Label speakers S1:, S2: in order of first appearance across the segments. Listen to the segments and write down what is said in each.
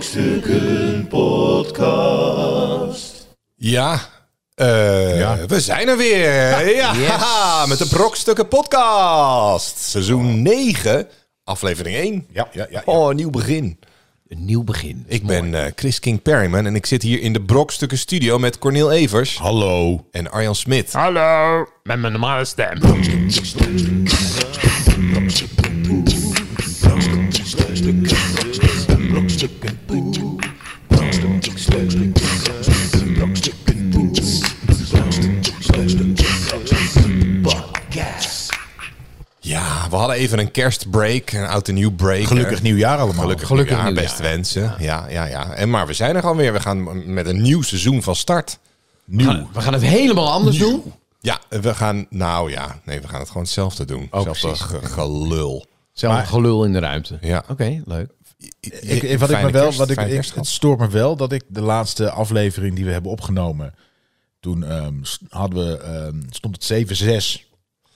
S1: Brokstukken Podcast.
S2: Ja, eh, we zijn er weer. Ja, met de Brokstukken podcast. Seizoen 9, aflevering 1.
S3: Ja, ja, ja, ja.
S2: Oh, een nieuw begin.
S3: Een nieuw begin.
S2: Ik ben eh, Chris King Perryman en ik zit hier in de Brokstukken studio met Cornel Evers
S3: Hallo.
S2: en Arjan Smit.
S4: Hallo, met mijn normale stem.
S2: Ja, we hadden even een kerstbreak, een oud en nieuw break.
S3: Gelukkig
S2: Eh,
S3: nieuwjaar allemaal.
S2: Gelukkig,
S4: Gelukkig
S2: nieuwjaar,
S4: nieuwjaar.
S2: beste wensen. Ja. ja, ja, En maar we zijn er gewoon weer. We gaan met een nieuw seizoen van start.
S3: nieuw.
S4: We gaan het helemaal anders doen.
S2: Ja, we gaan, nou ja, nee, we gaan het gewoon hetzelfde doen.
S3: Oh,
S2: Hetzelfde
S4: precies.
S2: ge- gelul.
S4: Zelfde gelul in de ruimte.
S2: Ja.
S4: Oké, leuk.
S3: Ik, ik- wat ik
S2: Fijne
S3: me wel,
S2: kerst,
S3: wat ik,
S2: fijne
S3: ik-
S2: kerst
S3: het
S2: gehad.
S3: stoort me wel dat ik de laatste aflevering die we hebben opgenomen, toen ehm, s- hadden we, ehm, stond het 7-6,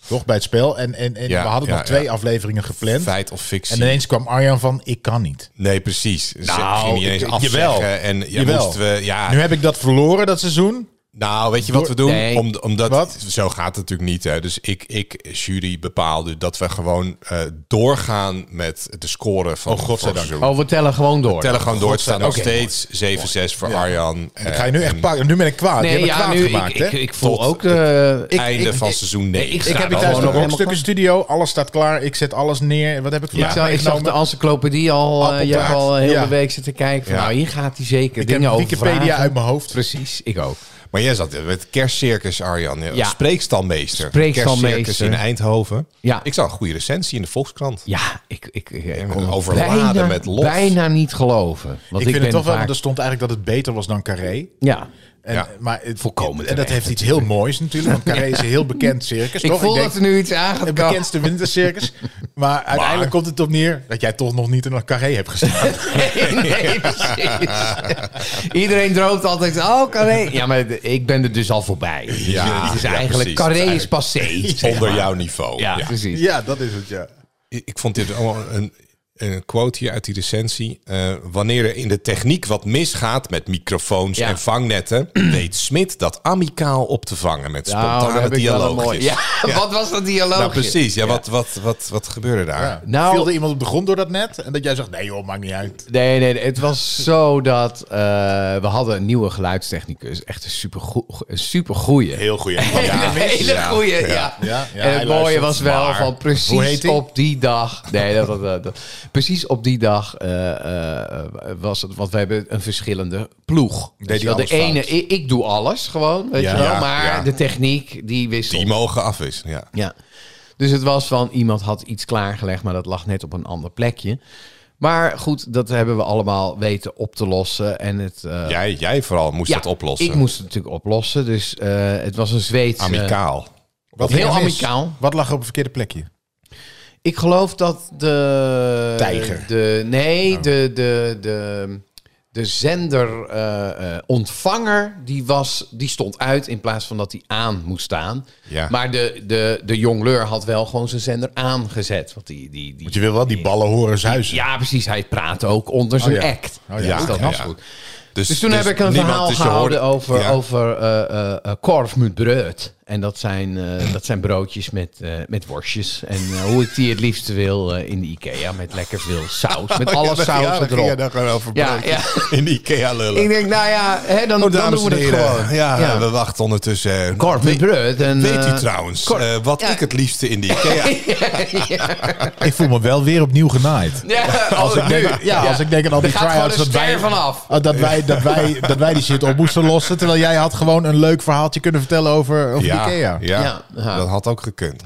S3: toch bij het spel. En, en, en
S2: Ja,
S3: we hadden
S2: ja,
S3: nog twee
S2: ja.
S3: afleveringen gepland.
S2: Feit of fictie.
S3: En ineens kwam Arjan van, ik kan niet.
S2: Nee, precies. Ze
S3: Nou,
S2: ging niet eens
S3: ik- ik-
S2: afzeggen.
S3: jawel.
S2: En ja,
S3: Jawel.
S2: moesten we... Ja,
S3: Nu heb ik dat verloren dat seizoen.
S2: nou, weet je wat we doen?
S4: Nee.
S2: Om, omdat,
S3: Wat?
S2: Zo gaat het natuurlijk niet. Hè. Dus ik, ik, jury, bepaalde dat we gewoon eh, doorgaan met de score van oh, godzijdank.
S4: Oh, we tellen gewoon door.
S2: Tellen gewoon door. Het staat nog
S4: Godzijdank.
S2: steeds 7-6 voor Arjan. eh,
S3: Dat ga je nu echt pakken. Nu ben ik kwaad.
S4: Nee,
S3: je hebt me
S4: ja,
S3: kwaad
S4: nu,
S3: gemaakt,
S4: ik,
S3: hè?
S4: ik, ik voel
S2: Tot
S4: ook... eh ik,
S2: Einde van seizoen 9.
S4: ik
S3: Ik
S4: sta
S3: heb
S4: er
S3: hier thuis
S4: gewoon
S3: nog
S4: nog
S3: een stukje studio. Alles staat klaar. Ik zet alles neer. Wat heb ik
S4: ik,
S3: vandaag
S4: zag, ik zag de
S3: meegenomen?
S4: encyclopedie al, eh, je hebt
S3: Appeltaart.
S4: al heel
S3: Ja.
S4: de week zitten kijken. Van,
S2: Ja.
S4: Nou, hier gaat hij zeker
S3: Ik heb
S4: dingen over
S3: Wikipedia
S4: vragen.
S3: uit mijn hoofd.
S4: Precies, ik ook.
S2: Maar jij zat met kerstcircus, Arjan.
S4: Ja.
S2: Spreekstalmeester.
S4: Spreekstalmeester.
S2: Kerstcircus in Eindhoven.
S4: Ja.
S2: Ik zag een goede recensie in de Volkskrant.
S4: Ja, ik, ik, ik, ik kon het
S2: Overladen
S4: bijna,
S2: met lof.
S4: bijna niet geloven. Want
S3: Ik,
S4: ik,
S3: vind
S4: ben
S3: het toch wel,
S4: vaak-
S3: want er stond eigenlijk dat het beter was dan Carré.
S4: Ja,
S3: En,
S2: Ja,
S3: maar het,
S4: volkomen
S3: En dat
S4: terecht
S3: heeft iets heel moois natuurlijk. Want Carré is een heel bekend circus.
S4: ik
S3: toch?
S4: voel
S3: denk,
S4: dat er nu iets aan gaat
S3: Het
S4: komen.
S3: bekendste wintercircus. Maar uiteindelijk komt het op neer dat jij toch nog niet in een Carré hebt gestaan.
S4: Nee, nee, precies. Iedereen droomt altijd, oh Carré. Ja, maar de- ik ben er dus al voorbij.
S2: Ja,
S4: Ja, het is
S2: ja,
S4: eigenlijk,
S2: precies.
S4: Carré is passé. zeg
S2: Onder
S4: maar.
S2: jouw niveau.
S4: Ja,
S2: Ja.
S4: precies.
S3: ja, dat is het, ja.
S2: Ik ik vond dit allemaal een, een quote hier uit die recensie. Eh, wanneer er in de techniek wat misgaat met microfoons
S4: Ja.
S2: en vangnetten, weet Smit dat amicaal op te vangen met
S4: Nou,
S2: spontane
S4: heb ik wel een
S2: dialoogjes.
S4: mooi. Ja, wat was dat dialoogje?
S2: nou, precies. Ja, Wat, wat, wat, wat gebeurde daar?
S3: ja.
S4: Nou-
S3: Viel er iemand op de grond door dat net? En dat jij zegt, nee joh, maakt niet uit.
S4: Nee, nee, nee, het was zo dat eh, we hadden een nieuwe geluidstechnicus. Echt een supergoe- een supergoeie.
S3: Heel goed.
S4: Een hele goeie, ja.
S3: Ja, ja,
S4: en
S3: hij
S4: het mooie
S3: luistert,
S4: was wel
S3: maar-
S4: van
S3: Hoe heet
S4: precies
S3: hij?
S4: op die dag. Nee, dat, dat, dat, dat- precies op die dag eh, eh, was het, want we hebben een verschillende ploeg.
S3: Deed
S4: Weet je
S3: hij
S4: wel, de
S3: alles
S4: ene,
S3: fout?
S4: ik, ik doe alles gewoon, weet
S3: Ja.
S4: je wel,
S2: Ja,
S4: maar
S2: ja.
S4: de techniek die wisselt.
S2: Die mogen afwisselen. Ja.
S4: Ja. Dus het was van iemand had iets klaargelegd, maar dat lag net op een ander plekje. Maar goed, dat hebben we allemaal weten op te lossen. En het, eh,
S2: Jij, jij vooral moest
S4: ja,
S2: dat oplossen.
S4: Ik moest het natuurlijk oplossen. Dus eh, het was een Zweedse.
S2: Amicaal.
S3: Wat
S4: Heel
S3: ging er mis?
S4: amicaal.
S3: Wat lag er op een verkeerde plekje?
S4: Ik geloof dat de.
S3: Tijger. Oh.
S4: De, nee, de, de, de, de zender, eh, eh, ontvanger, die, was, die stond uit in plaats van dat die aan moest staan.
S2: Ja.
S4: Maar de, de, de jongleur had wel gewoon zijn zender aangezet. Want die, die, die,
S3: Want je wil wel die ballen horen zuizen.
S4: ja, precies. Hij praat ook onder zijn
S3: ja.
S4: act.
S3: Oh, ja.
S4: Dus
S3: Ja,
S4: dat
S2: ja,
S4: was
S2: ja.
S4: goed.
S2: Dus,
S4: Dus toen
S2: dus
S4: heb ik een
S2: niemand-
S4: verhaal
S2: dus je
S4: gehouden
S2: hoorde-
S4: over,
S2: Ja.
S4: over eh, eh, eh, korf met brood. En dat zijn, eh, dat zijn broodjes met, eh, met worstjes. En eh, hoe ik die het liefst wil eh, in de Ikea. Met lekker veel saus. Met alle saus
S2: Ja, dan ging je
S4: erop.
S2: daar gewoon over
S4: Ja,
S2: praten.
S4: ja.
S2: In de Ikea lullen.
S4: Ik denk, nou ja, hè, dan,
S2: Oh,
S4: dan
S2: dames
S4: doen we
S2: en
S4: het
S2: heren.
S4: gewoon.
S2: Ja, we wachten ondertussen. eh,
S4: Korf met brood. En,
S2: Weet u
S4: eh,
S2: trouwens
S4: kort.
S2: eh, wat
S4: Ja.
S2: ik het liefste in de Ikea...
S3: Ik voel me wel weer opnieuw genaaid.
S4: ja,
S3: Als ik denk, ja, als ik denk aan al die try-outs dat wij,
S4: vanaf.
S3: Oh, dat, wij, dat, wij, dat wij die shit op moesten lossen. Terwijl jij had gewoon een leuk verhaaltje kunnen vertellen over, over Ikea.
S2: ja,
S4: Ja.
S2: dat had ook gekund.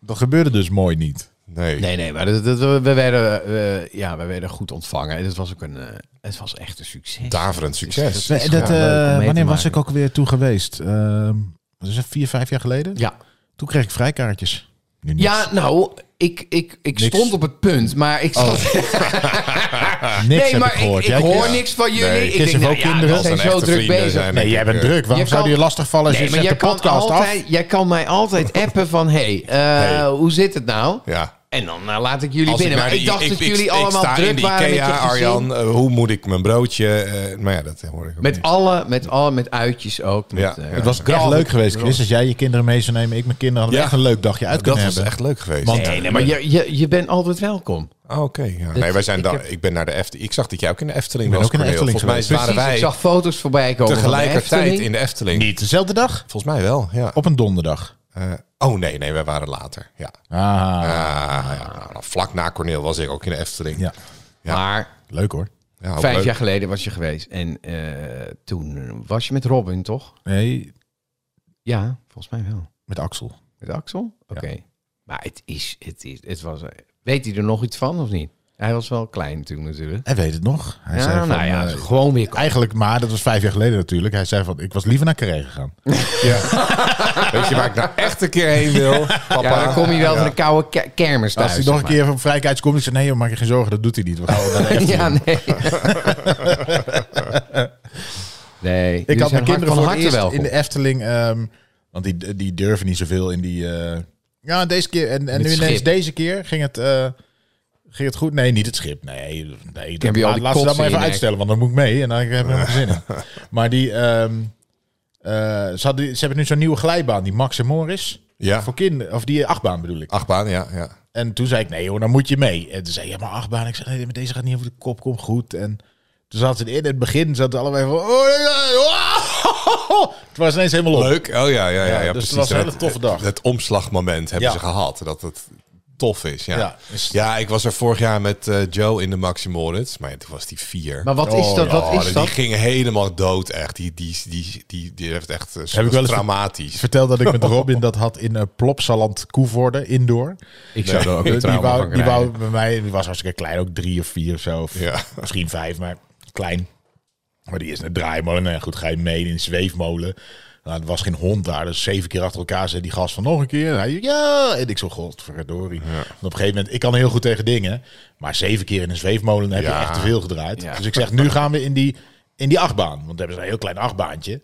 S3: Dat gebeurde dus mooi niet.
S2: Nee.
S4: Nee, nee, maar dat, dat- we, werden, eh, ja, we werden goed ontvangen. En het was ook een, eh, het was echt een succes.
S2: Daverend
S4: Dus
S2: succes.
S4: dat is gewoon leuk om mee te
S3: eh, wanneer was ik
S4: maken.
S3: ook weer toe geweest? Ehm dat is vier, vijf jaar geleden.
S4: Ja,
S3: Toen kreeg ik vrijkaartjes. Nu niks.
S4: ja nou, ik, ik, ik
S3: Niks.
S4: stond op het punt, maar ik zat...
S3: niks
S4: nee,
S3: heb
S4: maar
S3: ik gehoord.
S4: ik,
S3: Jij
S4: hoor
S3: kreeg-
S4: niks van jullie.
S2: Nee,
S4: ik
S3: Chris
S4: denk,
S3: heeft
S4: nou
S3: ook
S4: ja,
S3: kinderen.
S4: we zijn
S2: Als een
S4: zo
S2: echte
S4: druk
S2: vrienden
S4: bezig.
S2: zijn
S3: Nee, jij bent
S2: Kijk, eh,
S3: druk. Waarom
S4: je
S3: zouden
S4: kan-
S3: je lastigvallen als
S4: Nee,
S3: je
S4: maar
S3: zet
S4: jij
S3: de
S4: kan,
S3: podcast af?
S4: altijd, jij kan mij altijd appen van... hey, eh,
S2: Hey.
S4: hoe zit het nou?
S2: Ja.
S4: En dan nou, laat ik jullie
S2: Als
S4: binnen.
S2: naar
S4: maar
S2: de
S4: ik
S2: I-
S4: dacht dat jullie allemaal
S2: sta in
S4: druk
S2: de
S4: waren met je
S2: Ikea,
S4: gezin.
S2: Arjan, eh, hoe moet ik mijn broodje... eh, maar ja, dat hoor ik ook
S4: Met
S2: niet.
S4: alle, met alle, met uitjes ook. Met,
S2: Ja,
S4: eh,
S2: ja.
S3: Het was echt leuk geweest, Chris. Als jij je kinderen mee zou nemen, ik mijn kinderen, hadden
S2: Ja.
S3: echt een leuk dagje uit
S2: Dat
S3: kunnen
S2: was
S3: hebben.
S2: echt leuk geweest.
S3: Want-
S4: Nee, nee, maar je, je, je bent altijd welkom.
S2: Ah, Oké, ja. nee, wij zijn
S4: ik
S2: daar.
S4: heb-
S2: ik ben naar de Efteling. Ik zag dat jij ook in de Efteling
S3: ben
S2: was.
S3: ook in de
S2: Cornel.
S3: Efteling
S2: Volgens mij
S3: geweest.
S2: waren
S4: Precies, ik
S2: wij
S4: zag foto's voorbij komen van de
S2: tegelijkertijd
S4: Efteling.
S2: in de Efteling.
S3: Niet dezelfde dag?
S2: Volgens mij wel, ja.
S3: Op een donderdag.
S2: Eh, oh nee, nee, wij waren later. Ja.
S3: Ah,
S2: Ah, ja. nou, nou, vlak na Corneel was ik ook in de Efteling.
S3: ja.
S2: Ja.
S4: Maar
S3: Leuk hoor.
S2: Ja, ook
S4: vijf
S2: leuk.
S4: jaar geleden was je geweest. En eh, toen was je met Robin, toch?
S3: Nee,
S4: Ja, volgens mij wel.
S3: met Axel.
S4: Met Axel? Oké. Maar het is, het is, het was... eh, Weet hij er nog iets van of niet? Hij was wel klein toen natuurlijk.
S3: Hij weet het nog. Hij
S4: ja,
S3: zei van,
S4: nou ja,
S3: eh,
S4: gewoon weer komen.
S3: Eigenlijk, maar dat was vijf jaar geleden natuurlijk. Hij zei van, ik was liever naar Carré gegaan.
S2: Weet je waar ik nou echt een keer heen wil? Papa.
S4: Ja, dan kom je wel van de koude ke- kermis thuis.
S3: Als hij nog een
S4: zeg
S3: keer van vrijheid komt, ik zei, nee joh, maak je geen zorgen, dat doet hij niet. We gaan wel naar de
S4: maar.
S3: Efteling.
S4: Ja, nee. nee.
S3: Ik had mijn kinderen
S4: van
S3: voor
S4: harte
S3: het eerst
S4: welkom.
S3: in de Efteling. ehm, want die, die durven niet zoveel in die... eh, ja, deze keer. En, en
S4: Met
S3: nu ineens
S4: schip.
S3: deze keer ging het, eh, ging het goed. Nee, niet het schip. Nee, nee
S4: heb
S3: dat,
S4: je al
S3: laat,
S4: die
S3: laat ze
S4: kotsen
S3: dat maar
S4: in,
S3: even
S4: hè?
S3: uitstellen. Want dan moet ik mee en dan heb ik er helemaal geen zin in. Maar die... ehm, eh, ze, hadden, ze hebben nu zo'n nieuwe glijbaan, die Max en Morris.
S2: Ja.
S3: Voor kinderen, of die achtbaan bedoel ik.
S2: Achtbaan, ja. ja.
S3: En toen zei ik, nee hoor, dan moet je mee. En toen zei hij, ja, maar achtbaan. Ik zei, nee, maar deze gaat niet over de kop, kom goed. En toen zaten ze in het begin, zaten allebei van... Oh, nee, nee, oh. Het was ineens helemaal op.
S2: Leuk. Oh ja, ja, ja. ja,
S3: dus het
S2: precies.
S3: was een hele
S2: Het-
S3: toffe dag.
S2: Het, het omslagmoment hebben
S3: Ja.
S2: ze gehad. Dat het tof is, ja. Ja,
S3: Ja, dus-
S2: ik was er vorig jaar met eh, Joe in de Maxi Moritz. Maar ja, toen was die vier.
S4: Maar wat is
S3: Oh,
S4: dat?
S3: ja,
S2: Oh,
S4: Wat
S2: die
S4: is dat?
S2: ging helemaal dood, echt. Die, die, die, die, die heeft echt eh,
S3: ik wel eens-
S2: traumatisch.
S3: Vertel dat ik met Robin dat had in eh Plopsaland Koevoorde, indoor.
S4: Ik zou er ook
S3: Die
S4: een trauma van
S3: wou, die
S4: krijgen.
S3: wou bij mij, die was hartstikke klein, ook drie of vier of zo. Of
S2: Ja.
S3: Misschien vijf, maar klein. Maar die is een draaimolen. Nou ja, goed, ga je mee in een zweefmolen. Nou, er was geen hond daar, dus zeven keer achter elkaar zei die gast van nog een keer. En hij, ja, en ik zo, godverdorie. En op een gegeven moment, ik kan heel goed tegen dingen, maar zeven keer in een zweefmolen heb
S2: Ja.
S3: je echt te veel gedraaid.
S4: Ja.
S3: Dus ik zeg, nu gaan we in die, in die achtbaan, want we hebben ze een heel klein achtbaantje.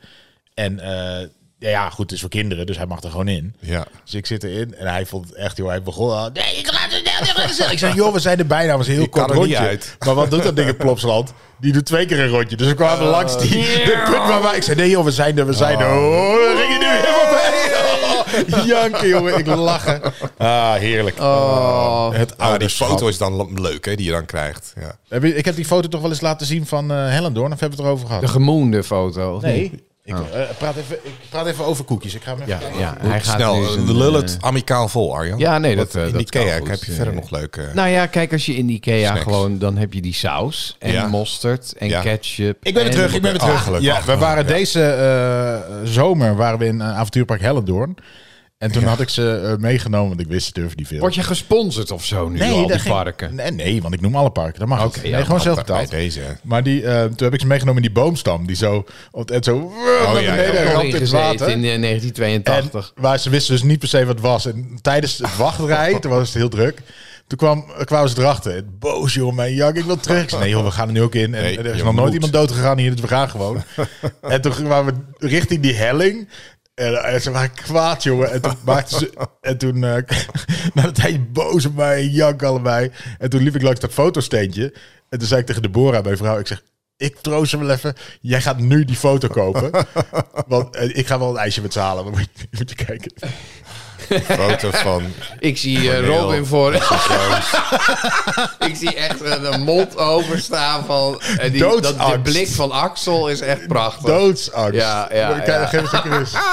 S3: En eh, ja, ja, goed, het is voor kinderen, dus hij mag er gewoon in.
S2: Ja.
S3: Dus ik zit erin en hij vond het echt, joh, hij begon al... Nee, ik laat het niet meer gezellig." Ik zei, joh, we zijn er bijna. Het was een heel
S2: Ik
S3: kort
S2: kan er niet
S3: rondje.
S2: uit.
S3: Maar wat doet dat ding in Plopsland? Die doet twee keer een rondje. Dus we kwamen langs die de punt waar wij... Ik zei, nee joh, we zijn er, we zijn er. Oh, daar ging hij nu helemaal mee. Oh, janken, jongen, ik lachen. Ah, heerlijk.
S4: Oh.
S3: Het
S2: Ah, die
S3: ouderschap.
S2: foto is dan lo- leuk, hè, die je dan krijgt. Ja.
S3: Heb je- Ik heb die foto toch wel eens laten zien van eh Hellendoorn? Of hebben we het erover
S4: De
S3: gehad?
S4: gemoende foto. of niet?
S3: Nee. Ik, eh, praat even, ik praat even over koekjes. Ik ga hem even...
S4: Ja, ja. Hij gaat
S2: Snel,
S4: nu zijn,
S2: eh, lul
S4: eh,
S2: het amicaal vol, Arjan.
S4: Ja, nee,
S2: Want
S4: dat, eh,
S2: in
S4: dat
S2: Ikea
S4: kan goed.
S2: heb je verder nog leuke...
S4: Nou ja, kijk, als je in Ikea
S2: Snacks.
S4: gewoon, dan heb je die saus en
S2: Ja.
S4: mosterd en
S2: Ja.
S4: ketchup.
S3: Ik ben weer
S4: en-
S3: terug, ik ben weer
S2: Ah,
S3: terug.
S2: gelukkig.
S3: ja, we
S2: Ah,
S3: waren deze eh, zomer waren we in eh, avontuurpark Hellendoorn. En toen had ik ze eh, meegenomen, want ik wist ze durven niet veel.
S4: Word je gesponsord of zo nu door al die
S3: dat ging-
S4: parken?
S3: Nee, nee, want ik noem alle parken. Dat mag ook. nee,
S4: ja,
S3: gewoon zelf
S2: bij
S3: betaald.
S2: deze.
S3: Maar die, eh, toen heb ik ze meegenomen in die boomstam. Die zo, op- en zo naar
S2: ja,
S3: beneden
S2: ja.
S3: ramt in het water.
S4: in eh,
S3: En
S4: 1982.
S3: waar ze wisten dus niet per se wat het was. En tijdens het wachtrij, toen was het heel druk. Toen kwam, kwamen ze erachter. Het Boos, joh, mijn jak, ik wil terug. Ik zei, nee, joh, we gaan er nu ook in. En
S2: Nee,
S3: er
S2: je
S3: is nog
S2: moet.
S3: nooit iemand dood gegaan hier, dus we gaan gewoon. en toen kwamen we richting die helling. En, en ze waren kwaad, jongen. En toen maakten ze... En toen, eh, na een tijdje boos op mij, jank allebei. En toen liep ik langs dat fotosteentje. En toen zei ik tegen Deborah, mijn vrouw, ik zeg... Ik troost hem wel even. Jij gaat nu die foto kopen. Want eh, ik ga wel een ijsje met ze halen. Maar moet je, moet je kijken.
S2: Foto van...
S4: Ik zie eh,
S3: Oh,
S2: Cornel.
S4: Robin voor. ik zie echt een een mond openstaan van. En die, dat, de
S3: Doodsangst.
S4: blik van Axel is echt prachtig.
S3: Doodsangst.
S4: Ja, ja,
S3: Maar ik kan-
S4: ja.
S3: Geef eens een rust.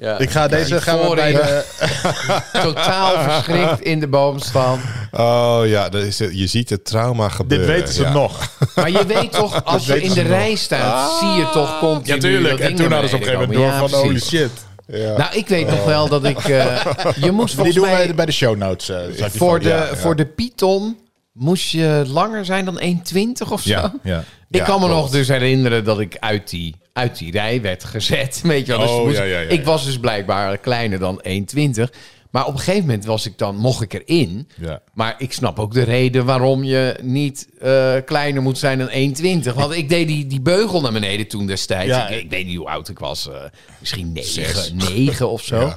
S4: Ja.
S3: Ik ga deze...
S4: Die
S3: Gaan we bij
S4: voorin
S3: de,
S4: Totaal verschrikt in de boom staan.
S2: Oh ja, dat is, je ziet het trauma
S3: dit
S4: Eh,
S2: gebeuren.
S3: weten ze
S2: ja.
S3: nog.
S4: Maar je weet toch, als je
S3: weten
S4: in de
S3: ze nog.
S4: rij staat, zie je toch continu.
S3: Ja, tuurlijk.
S4: dat
S3: En
S4: ding
S3: toen
S4: naar
S3: hadden ze op een gegeven
S4: beneden
S3: moment door
S4: komen.
S3: van...
S4: Ja,
S3: Holy
S4: precies.
S3: shit.
S4: Nou, ik weet nog wel dat ik. eh, je moest
S3: Die
S4: volgens
S3: doen wij
S4: mij.
S3: bij de show notes. eh, zag die
S4: Voor
S3: foto.
S4: de,
S3: Ja, ja.
S4: voor de Python moest je langer zijn dan 1,20 of zo.
S3: Ja, ja.
S4: Ik
S2: Ja,
S4: kan me
S2: klopt.
S4: nog dus herinneren dat ik uit die, uit die rij werd gezet. Weet je wel. Dus
S2: Oh,
S4: toen moest
S2: ja,
S4: ik-
S2: ja, ja,
S4: ik
S2: ja.
S4: was dus blijkbaar kleiner dan 1,20. Maar op een gegeven moment was ik dan, mocht ik erin.
S3: Ja.
S4: Maar ik snap ook de reden waarom je niet eh, kleiner moet zijn dan 1,20. Want ik deed die, die beugel naar beneden toen destijds.
S3: Ja.
S4: ik, ik weet niet hoe oud ik was. eh, misschien 9, 9 of zo.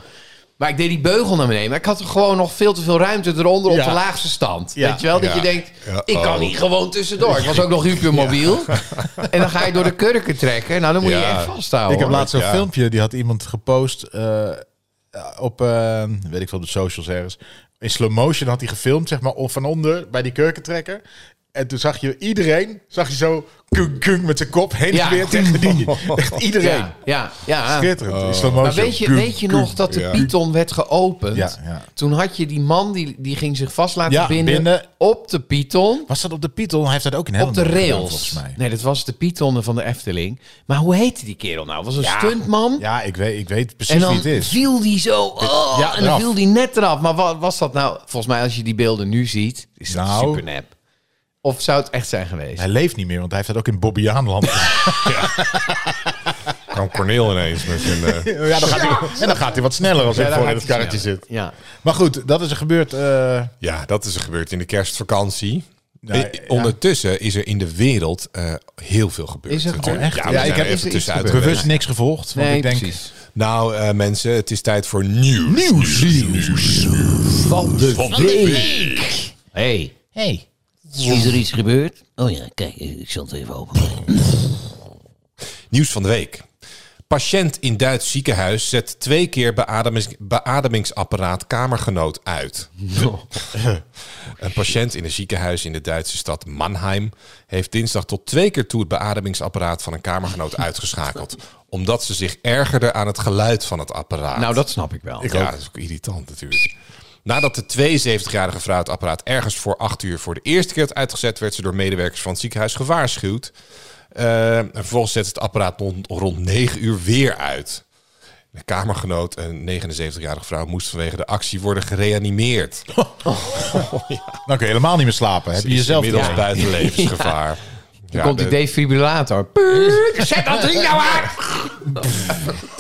S4: Maar ik deed die beugel naar beneden. Maar ik had er gewoon nog veel te veel ruimte eronder
S3: Ja.
S4: op de laagste stand.
S3: Ja.
S4: Weet je wel? Dat
S2: Ja.
S4: je denkt,
S2: Ja,
S4: ik kan
S2: oh.
S4: niet gewoon tussendoor. Ik was ook nog hypermobiel. En dan ga je door de kurken trekken. Nou, dan moet je
S2: Ja.
S4: echt vasthouden.
S3: Ik heb
S4: hoor.
S3: laatst zo'n
S2: Ja.
S3: filmpje, die had iemand gepost eh, op, eh, weet ik veel, op de socials ergens. In slow motion had hij gefilmd, zeg maar, of van onder bij die kurkentrekker. En toen zag je iedereen, zag je zo kunk, kunk met zijn kop heen en
S4: Ja.
S3: weer tegen die. Echt iedereen.
S4: Ja, ja, ja.
S3: Schitterend. in slow motion.
S4: Maar weet je,
S3: Kunk,
S4: weet je
S3: kunk.
S4: nog dat de
S2: ja.
S4: Python werd geopend?
S3: Ja, ja.
S4: Toen had je die man die, die ging zich vast laten
S3: Ja,
S4: binden,
S3: binden.
S4: op de Python.
S3: Was dat op de Python? Hij heeft dat ook in
S4: Op de
S3: Helmond gedaan,
S4: rails.
S3: volgens mij.
S4: Nee, dat was de Python van de Efteling. Maar hoe heette die kerel nou? Was een stuntman.
S3: Ja, ik weet, ik weet precies
S4: en dan
S3: wie het is.
S4: viel die zo. oh,
S3: Ja,
S4: en dan
S3: eraf.
S4: viel die net eraf. Maar wat was dat nou? Volgens mij, als je die beelden nu ziet, is dat
S3: Nou.
S4: super nep. Of zou het echt zijn geweest?
S3: Hij leeft niet meer, want hij heeft dat ook in Bobbejaanland.
S2: Kan Corneel ineens met zijn... eh,
S3: ja, dan gaat hij, en dan gaat hij wat sneller als ik
S4: daar
S3: voor in
S4: gaat
S3: het
S4: hij
S3: karretje
S4: sneller.
S3: zit.
S4: Ja.
S3: Maar goed, dat is er gebeurd. eh,
S2: ja, dat is er gebeurd in de kerstvakantie.
S3: Ja,
S2: Eh,
S3: ja.
S2: Ondertussen is er in de wereld eh, heel veel gebeurd.
S4: Is er- oh,
S2: natuurlijk.
S4: echt?
S2: Ja,
S3: Ja,
S2: we zijn
S3: ik heb-
S4: is er
S2: er even
S4: iets
S2: tussenuit
S4: gebeurd?
S2: geweest.
S3: bewust niks gevolgd. Want
S4: Nee,
S3: ik denk,
S4: precies.
S2: Nou, eh, mensen, het is tijd voor nieuws.
S3: Nieuws.
S4: Van de Hey.
S3: Hey.
S4: Is er iets gebeurd?
S1: Oh ja, kijk, ik zal het even openmaken.
S2: Nieuws van de week. Patiënt in Duits ziekenhuis zet twee keer beademings- beademingsapparaat kamergenoot uit. Een patiënt in een ziekenhuis in de Duitse stad Mannheim heeft dinsdag tot twee keer toe het beademingsapparaat van een kamergenoot uitgeschakeld. Omdat ze zich ergerde aan het geluid van het apparaat.
S4: Nou, dat snap ik wel.
S2: ja, dat is ook irritant natuurlijk. Nadat de 72-jarige vrouw het apparaat ergens voor acht uur voor de eerste keer had uitgezet, werd ze door medewerkers van het ziekenhuis gewaarschuwd. Eh, en vervolgens zette het apparaat rond, rond 9 uur weer uit. De kamergenoot, een 79-jarige vrouw, moest vanwege de actie worden gereanimeerd.
S3: Dan kun je helemaal niet meer slapen. Heb je
S2: Is
S3: jezelf
S2: inmiddels
S3: erbij.
S2: buiten levensgevaar. Ja,
S4: Komt
S2: de-
S4: die defibrillator. Puut, Zet dat ding nou aan!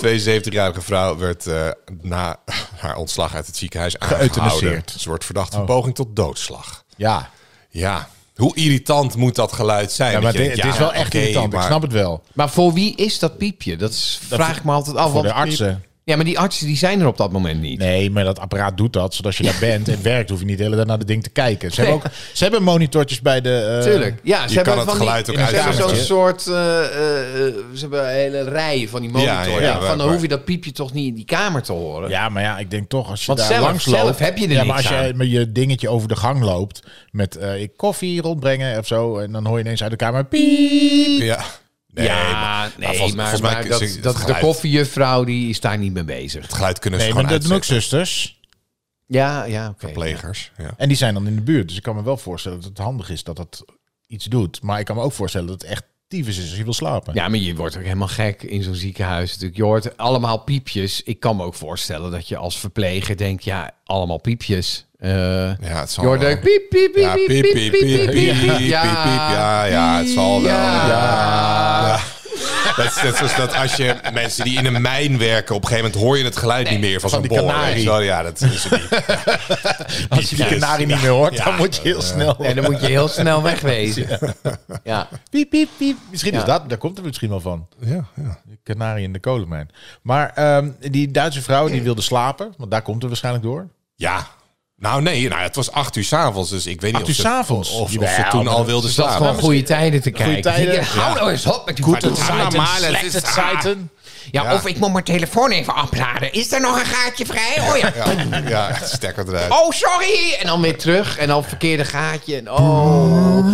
S2: 72-jarige vrouw werd eh, na haar ontslag uit het ziekenhuis aangehouden.
S3: Geëuthaniseerd. Oh.
S2: Ze wordt verdacht van poging tot doodslag.
S3: Ja,
S2: Ja, hoe irritant moet dat geluid zijn?
S3: ja maar
S2: Dat je
S3: dit-
S2: denkt,
S3: het is
S2: ja,
S3: wel echt
S2: oké,
S3: irritant.
S2: maar-
S3: Ik snap het wel.
S4: Maar voor wie is dat piepje? Dat is- vraag ik me altijd af.
S3: Voor
S4: want
S3: de artsen.
S4: Ja, maar die artsen die zijn er op dat moment niet.
S3: Nee, maar dat apparaat doet dat. Zodat je daar bent en werkt, hoef je niet de hele tijd naar dat ding te kijken. Ze hebben, ook, ze hebben monitortjes bij de... eh,
S4: Tuurlijk. Ja, ze
S2: je
S4: hebben
S2: kan het
S4: van die-
S2: geluid ook
S4: ze hebben
S2: uitzetten.
S4: zo'n soort. eh, eh, eh, ze hebben een hele rij van die monitoren.
S2: Ja, ja, ja,
S4: van
S2: waar-
S4: dan
S2: waar-
S4: hoef je dat piepje toch niet in die kamer te horen.
S3: Ja, maar ja, ik denk toch als je
S4: Want
S3: daar
S4: zelf-
S3: langs loopt...
S4: zelf heb je er
S3: ja, maar
S4: niks
S3: als
S4: aan.
S3: je met je dingetje over de gang loopt... met eh, ik koffie rondbrengen of zo... en dan hoor je ineens uit de kamer... piep.
S2: Ja, nee,
S4: Ja,
S2: maar
S4: nee, maar,
S2: volgens- volgens mij
S4: maar
S2: is
S4: dat,
S2: het
S4: dat, de
S2: geluid-
S4: koffiejuffrouw die is daar niet mee bezig.
S2: het geluid kunnen ze
S3: Nee, maar
S2: gewoon
S3: dat doen ook
S2: uitzetten.
S3: zusters.
S4: Ja, ja, oké.
S2: Plegers, ja.
S3: En die zijn dan in de buurt. Dus ik kan me wel voorstellen dat het handig is dat dat iets doet. Maar ik kan me ook voorstellen dat het echt tyfus is als je wil slapen.
S4: Ja, maar je wordt ook helemaal gek in zo'n ziekenhuis. Natuurlijk, je hoort allemaal piepjes. Ik kan me ook voorstellen dat je als verpleger denkt, ja, allemaal piepjes. Eh,
S2: Ja, het
S4: je
S2: zal
S4: hoort
S2: wel.
S4: ook piep, piep, piep,
S2: Ja,
S4: piep, piep, piep, piep, piep,
S2: piep, piep, Ja, ja, het zal wel.
S4: Ja.
S2: Ja. Dat is net zoals dat als je mensen die in een mijn werken, op een gegeven moment hoor je het geluid niet meer van zo'n
S3: die
S2: bor.
S3: kanarie.
S2: weet je wel. Ja, dat is het niet.
S3: Als je die kanarie niet meer hoort, dan moet je heel snel...
S4: En dan moet je heel snel wegwezen. Ja,
S3: Piep, piep, piep. Misschien
S4: Ja.
S3: is dat, daar komt het misschien wel van.
S2: Ja, ja.
S3: De kanarie in de kolenmijn. Maar ehm, die Duitse vrouw die wilde slapen, want daar komt het waarschijnlijk door.
S2: Ja. Nou nee, nou, het was acht uur s'avonds, dus ik weet niet
S3: Acht
S2: of
S3: uur
S2: ze,
S3: s'avonds?
S2: of, of
S3: Jawel,
S2: ze toen
S3: maar
S2: al
S3: dat-
S2: wilden
S4: dus dat
S2: slapen.
S4: gewoon goede tijden te kijken.
S3: tijden.
S4: Ja, hou nou eens op met die goede
S3: Zeiten.
S4: Ja, of ik moet mijn telefoon even opladen. Is er nog een gaatje vrij? Oh ja.
S2: Ja, ja, stekker eruit.
S4: Oh, sorry! En dan weer terug. En dan verkeerde gaatje. En oh.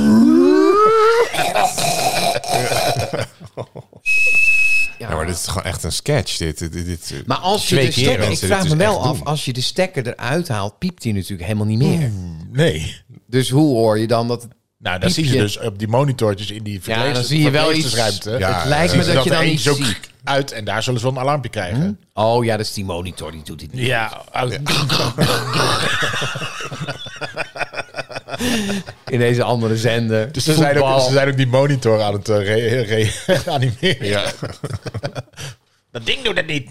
S4: Ja,
S2: Ja, maar dit is gewoon echt een sketch. Dit, dit, dit, dit-
S4: Maar als je
S2: Twee
S4: de
S2: keer,
S4: stekker, ik
S2: mensen, dit
S4: vraag
S2: is
S4: me wel
S2: echt
S4: af,
S2: doen. Hmm.
S4: als je de stekker eruit haalt, piept hij natuurlijk helemaal niet meer.
S3: Nee.
S4: Dus hoe hoor je dan dat...
S3: Nou, dan zie je
S4: Piepje.
S3: dus op die monitortjes in die
S4: Ja, dan
S3: verpleegsters-
S4: zie je wel iets.
S3: verpleegstersruimte.
S2: Ja,
S4: het lijkt me
S3: Zie
S4: dat, je
S3: er
S4: dan
S3: eentje
S4: niet
S3: zo
S4: ziet.
S3: uit en daar zullen ze wel een alarmpje krijgen.
S4: Oh ja, dat is die monitor, die doet dit niet.
S3: Ja, uit.
S4: In deze andere zender.
S3: dus ze zijn, ook, ze zijn ook die monitor aan het eh, re- re- reanimeren.
S2: ja.
S3: Dat ding doet het niet.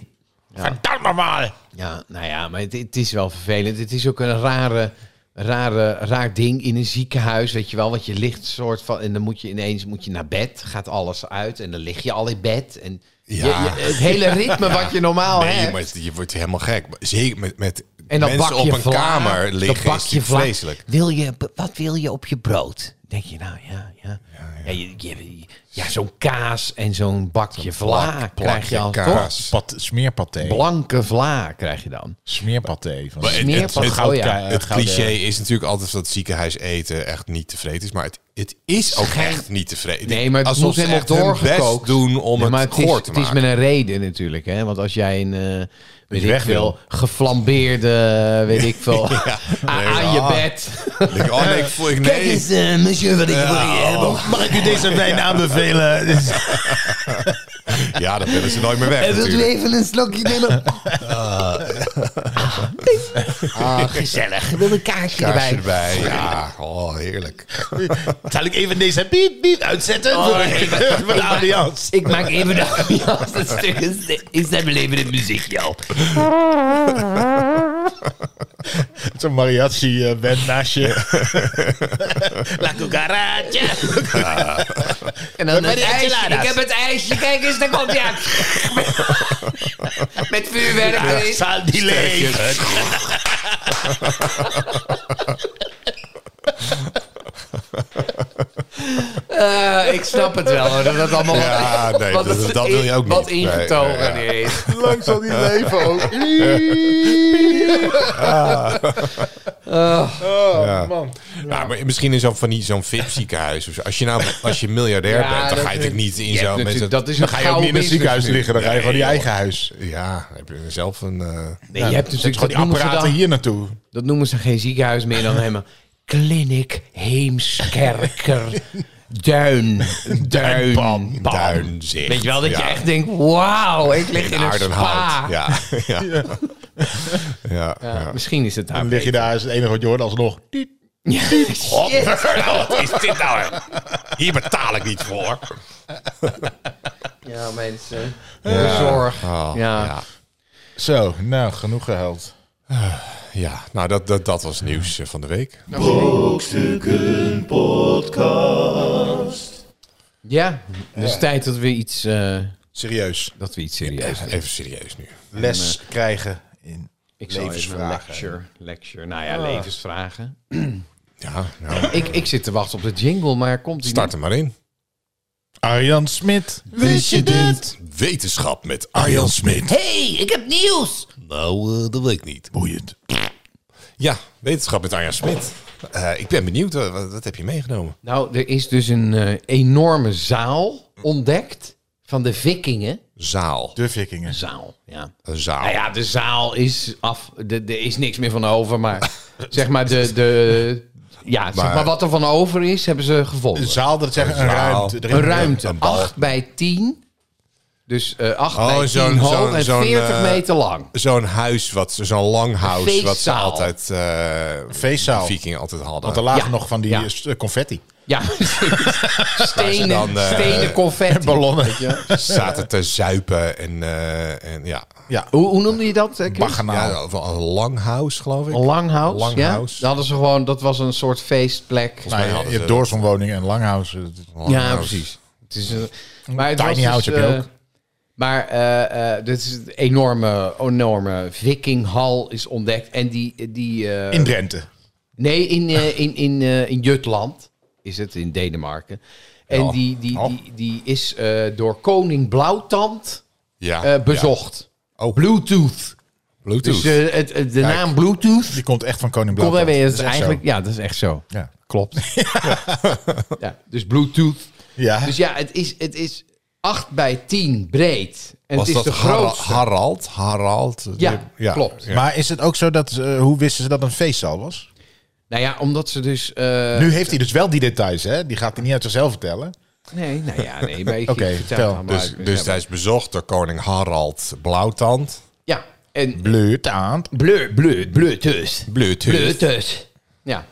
S3: Verdamme maar.
S4: Ja, nou ja, maar het, het is wel vervelend. Het is ook een rare rare, raar ding in een ziekenhuis, weet je wel, want je ligt soort van en dan moet je ineens moet je naar bed, gaat alles uit en dan lig je al in bed en je-
S2: Ja.
S4: je- het hele ritme wat je normaal
S2: Nee,
S4: hebt.
S2: maar je wordt helemaal gek. Maar Zeker met, met
S4: Oh, en dan bak
S2: mensen
S4: je
S2: op een
S4: vla,
S2: kamer
S4: dan
S2: liggen
S4: bak
S2: is
S4: je vla.
S2: vreselijk.
S1: Wil je, wat wil je op je brood? Denk je nou, ja, ja.
S4: Ja, je- je- ja, zo'n kaas en zo'n bakje vla Ah, krijg je
S2: plakje
S4: al toch?
S2: kaas.
S3: Pat, smeerpaté.
S4: Blanke vla krijg je dan.
S3: smeerpaté. Van
S2: het-
S4: Smeer
S2: het-
S4: van
S2: het
S4: goud-
S3: goud-
S4: ja.
S3: eh,
S2: Het
S3: gouden-
S2: cliché is natuurlijk altijd dat ziekenhuis eten echt niet tevreden is. Maar het, het is ook
S4: Schijn-
S2: echt niet tevreden.
S4: Nee, maar het
S2: Alsof
S4: moet
S2: ze
S4: helemaal
S2: echt hun
S4: doorgekookt.
S2: best doen om
S4: Ja, maar
S2: het
S4: is,
S2: goor te
S4: het is
S2: maken.
S4: met een reden natuurlijk, hè? Want als jij een, eh weet ik
S3: weg
S4: veel,
S3: wil.
S4: geflambeerde, eh, weet ik veel, a-
S2: nee,
S4: aan
S2: ja.
S4: je bed.
S2: Ik- oh nee, ik voel ik
S1: Kijk
S2: nee.
S1: eens, eh, monsieur, wat ik voor je heb.
S3: Mag ik u deze wijn aanbevelen? Dit is-
S2: Ja, dan willen ze nooit meer weg
S1: Eh, Wilt u
S2: natuurlijk.
S1: even een slokje nemen? Ah, gezellig. Wil een kaartje,
S2: Kaars
S1: erbij?
S2: erbij. Ja, oh, heerlijk.
S3: Zal ik even deze biep biep uitzetten?
S1: Oh,
S3: voor
S1: nee.
S3: voor de ambiance.
S1: Ik maak even de ambiance een stukje. Ik zet mijn leven in muziek, joh.
S3: Zo'n mariachi-band naast je.
S1: La cucaracha.
S4: En dan
S1: Het
S4: het
S1: ijsje,
S4: ijsje.
S1: ik heb het ijsje. Kijk eens, daar komt hij aan. Met vuurwerk erin.
S3: Zal die leven.
S4: Eh, ik snap het wel, hoor, dat dat allemaal...
S2: Ja, nee,
S4: wat
S2: dat,
S4: het-
S2: dat wil je ook
S4: Wat
S2: niet. Nee,
S4: ingetogen
S2: nee, ja.
S4: is.
S3: Lang zal die leven ook.
S2: Ja.
S3: Oh, man.
S2: Nou, maar misschien in zo'n van die- zo'n VIP-ziekenhuis. of zo. Als je nou als je miljardair
S4: Ja,
S2: bent, dan
S4: dat
S2: ga je
S4: vind-
S2: natuurlijk niet in
S4: Je hebt
S2: zo'n... met
S4: natuurlijk-
S2: zo'n-
S4: Dat is een
S3: Ga je ook niet in het ziekenhuis liggen, dan ga je gewoon je eigen huis.
S2: Ja, heb je zelf een... eh,
S4: Nee, je hebt natuurlijk
S3: Gewoon die
S4: dat noemen ze
S3: apparaten
S4: dan-
S3: hier naartoe.
S4: Dat noemen ze geen ziekenhuis meer dan helemaal. Clinic Heemskerker. Duin. Duin.
S2: Duin,
S4: Bam.
S2: duin, zicht.
S4: Weet je wel dat je
S2: Ja.
S4: echt denkt: wauw, ik lig in een spa.
S2: Aardenhout. Ja, ja. ja. ja.
S4: Misschien is het daar.
S3: Dan lig je
S4: beter.
S3: daar, is het enige wat je hoort alsnog.
S4: Shit.
S2: Wat is dit nou? Hier betaal ik niet voor.
S4: Ja, mensen.
S2: Ja.
S4: Zorg.
S2: Oh,
S4: Ja.
S2: ja.
S3: Zo, nou, genoeg gehuild.
S2: Ja, nou dat, dat, dat was nieuws eh, van de week.
S4: Ja, dus tijd dat we iets, eh,
S3: Serieus.
S4: dat we iets serieus
S2: Even, even serieus nu.
S3: Les krijgen in
S4: Ik zal even een
S3: Levensvragen.
S4: lecture, lecture. Nou ja, levensvragen.
S2: Ja, nou,
S4: Ik, ik zit te wachten op de jingle, maar komt die
S2: start er maar in.
S3: Arjan Smit.
S2: Wist je dit? Wetenschap met Arjan Smit.
S1: hey, ik heb nieuws.
S2: Nou, eh, dat weet ik niet.
S3: Boeiend.
S2: Ja, wetenschap met Arjan Smit. Eh, ik ben benieuwd, eh, wat, wat heb je meegenomen?
S4: Nou, er is dus een eh, enorme zaal ontdekt van de vikingen.
S2: Zaal.
S3: De vikingen.
S4: Zaal, ja.
S2: Een zaal.
S4: Nou ja, de zaal is af. de- Er is niks meer van over, maar zeg maar de... de ja, zeg maar wat er van over is, hebben ze
S3: Een
S4: gevonden.
S3: zaal, dat zeggen een
S2: zaal.
S3: ruimte. Er is
S4: Een ruimte,
S2: Een bal.
S4: 8 bij 10. Dus eh 8
S2: Oh,
S4: bij 10
S2: zo'n-
S4: hoog
S2: zo'n-
S4: en
S2: zo'n,
S4: 40
S2: eh,
S4: meter lang.
S2: Zo'n huis, wat ze- zo'n lang huis, wat ze
S4: feestzaal.
S2: altijd eh
S3: Feestzaal.
S2: vikingen altijd hadden.
S3: Want er lagen
S4: Ja.
S3: nog van die
S4: Ja.
S3: eh, confetti.
S4: Ja, stenen,
S2: dan, eh,
S4: stenen confetti.
S3: Ballonnen. Ja.
S2: zaten te zuipen en, eh, en ja.
S4: Hoe, hoe noemde je dat? eh, Chris?
S2: Ja,
S3: Baganaal.
S2: wel een langhuis, geloof ik.
S4: Een langhuis, ja?
S2: Langhuis.
S4: Dat hadden ze gewoon, dat was een soort feestplek.
S3: Nou,
S2: mij
S3: je-
S2: hadden
S3: je
S2: ze
S3: hebt doorsomwoning en langhuis. eh,
S4: Ja, precies. Het is, een maar het
S3: tiny
S4: was dus,
S3: house heb je
S4: eh,
S3: ook.
S4: Maar eh, eh, dit is een enorme, enorme vikinghal is ontdekt. En die... die eh,
S3: In Drenthe.
S4: nee, in, eh, in, in, eh, in Jutland is het, in Denemarken. En
S2: Ja.
S4: die, die,
S2: Oh.
S4: die, die is eh, door koning Blauwtand
S2: Ah, Ja.
S4: eh, bezocht.
S2: Ja. Oh,
S4: Bluetooth.
S2: Bluetooth.
S4: Dus eh, het, het- de naam Bluetooth...
S3: Die komt echt van Koning
S4: Kom
S3: Blauwtand.
S4: weer, dat
S3: Dat
S4: is
S3: echt
S4: eigenlijk,
S3: zo.
S4: ja, dat is echt zo.
S3: Ja.
S4: Klopt. ja. dus Bluetooth.
S3: Ja.
S4: Dus ja, het is, het is 8 bij 10 breed. En
S2: was
S4: het is
S2: dat
S4: de
S2: Hara-
S4: grootste.
S2: Harald? Harald?
S4: Ja, klopt.
S3: Maar is het ook zo dat, eh, hoe wisten ze dat een feestzaal was?
S4: Nou ja, omdat ze dus... eh,
S3: Nu heeft hij dus wel die details, hè? Die gaat hij niet uit zichzelf vertellen.
S4: Nee, nou ja, nee. Maar ik
S3: Oké,
S4: ik vertel
S3: vertel.
S4: het allemaal
S2: Dus,
S4: uit.
S2: dus hij is bezocht door koning Harald Blauwtand.
S4: Ja, en...
S3: Bleut aan.
S4: Bleu, bleu, Bluetooth.
S2: Bluetooth.
S4: Bluetooth. Ja.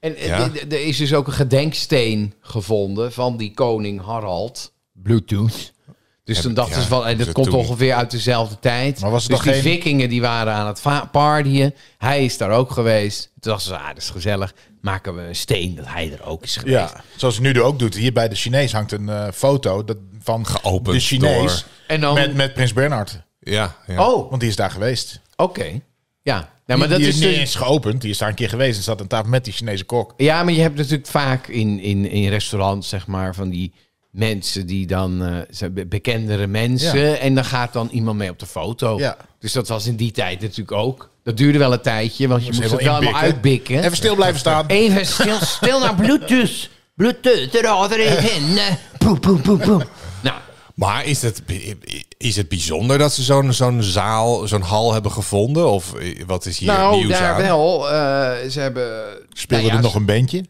S4: En eh,
S2: Ja.
S4: d- d- er is dus ook een gedenksteen gevonden van die koning Harald. Bluetooth. Dus toen
S2: Heb-
S4: dachten
S2: ja,
S4: ze van, hey, dat
S2: ze
S4: komt
S2: toen-
S4: ongeveer uit dezelfde tijd.
S3: Maar was er
S4: dus
S3: nog
S4: die
S3: geen-
S4: vikingen die waren aan het va- partyen. Hij is daar ook geweest. Toen dachten ze, ah, dat is gezellig. Maken we een steen dat hij er ook is geweest.
S3: Ja, zoals hij nu ook doet. Hier bij de Chinees hangt een eh, foto dat, van
S2: Geopend
S3: de Chinees
S2: door-
S4: En dan-
S3: met, met prins Bernhard.
S2: Ja, ja.
S4: Oh,
S3: Want die is daar geweest.
S4: oké. Ja, nou, maar
S3: die
S4: dat
S3: die
S4: is
S3: niet
S4: dus...
S3: eens geopend. Die is daar een keer geweest en zat aan tafel met die Chinese kok.
S4: Ja, maar je hebt natuurlijk vaak in, in, in restaurants, zeg maar, van die mensen die dan, eh, zijn be- bekendere mensen, en dan gaat dan iemand mee op de foto.
S3: Ja.
S4: Dus dat was in die tijd natuurlijk ook. Dat duurde wel een tijdje, want je moest het wel
S3: helemaal
S4: allemaal uitbikken.
S3: Even stil blijven staan.
S4: Even stil, stil naar Bluetooth. Bluetooth, er even in. eh, Poep, poep, poep, poep. Nou,
S2: Maar is het, is het bijzonder dat ze zo'n zo'n zaal, zo'n hal hebben gevonden? Of eh, wat is hier
S4: nou
S2: nieuws
S4: daar
S2: aan?
S4: wel. eh, ze hebben...
S3: Speelde
S4: nou ja,
S3: er nog een bandje?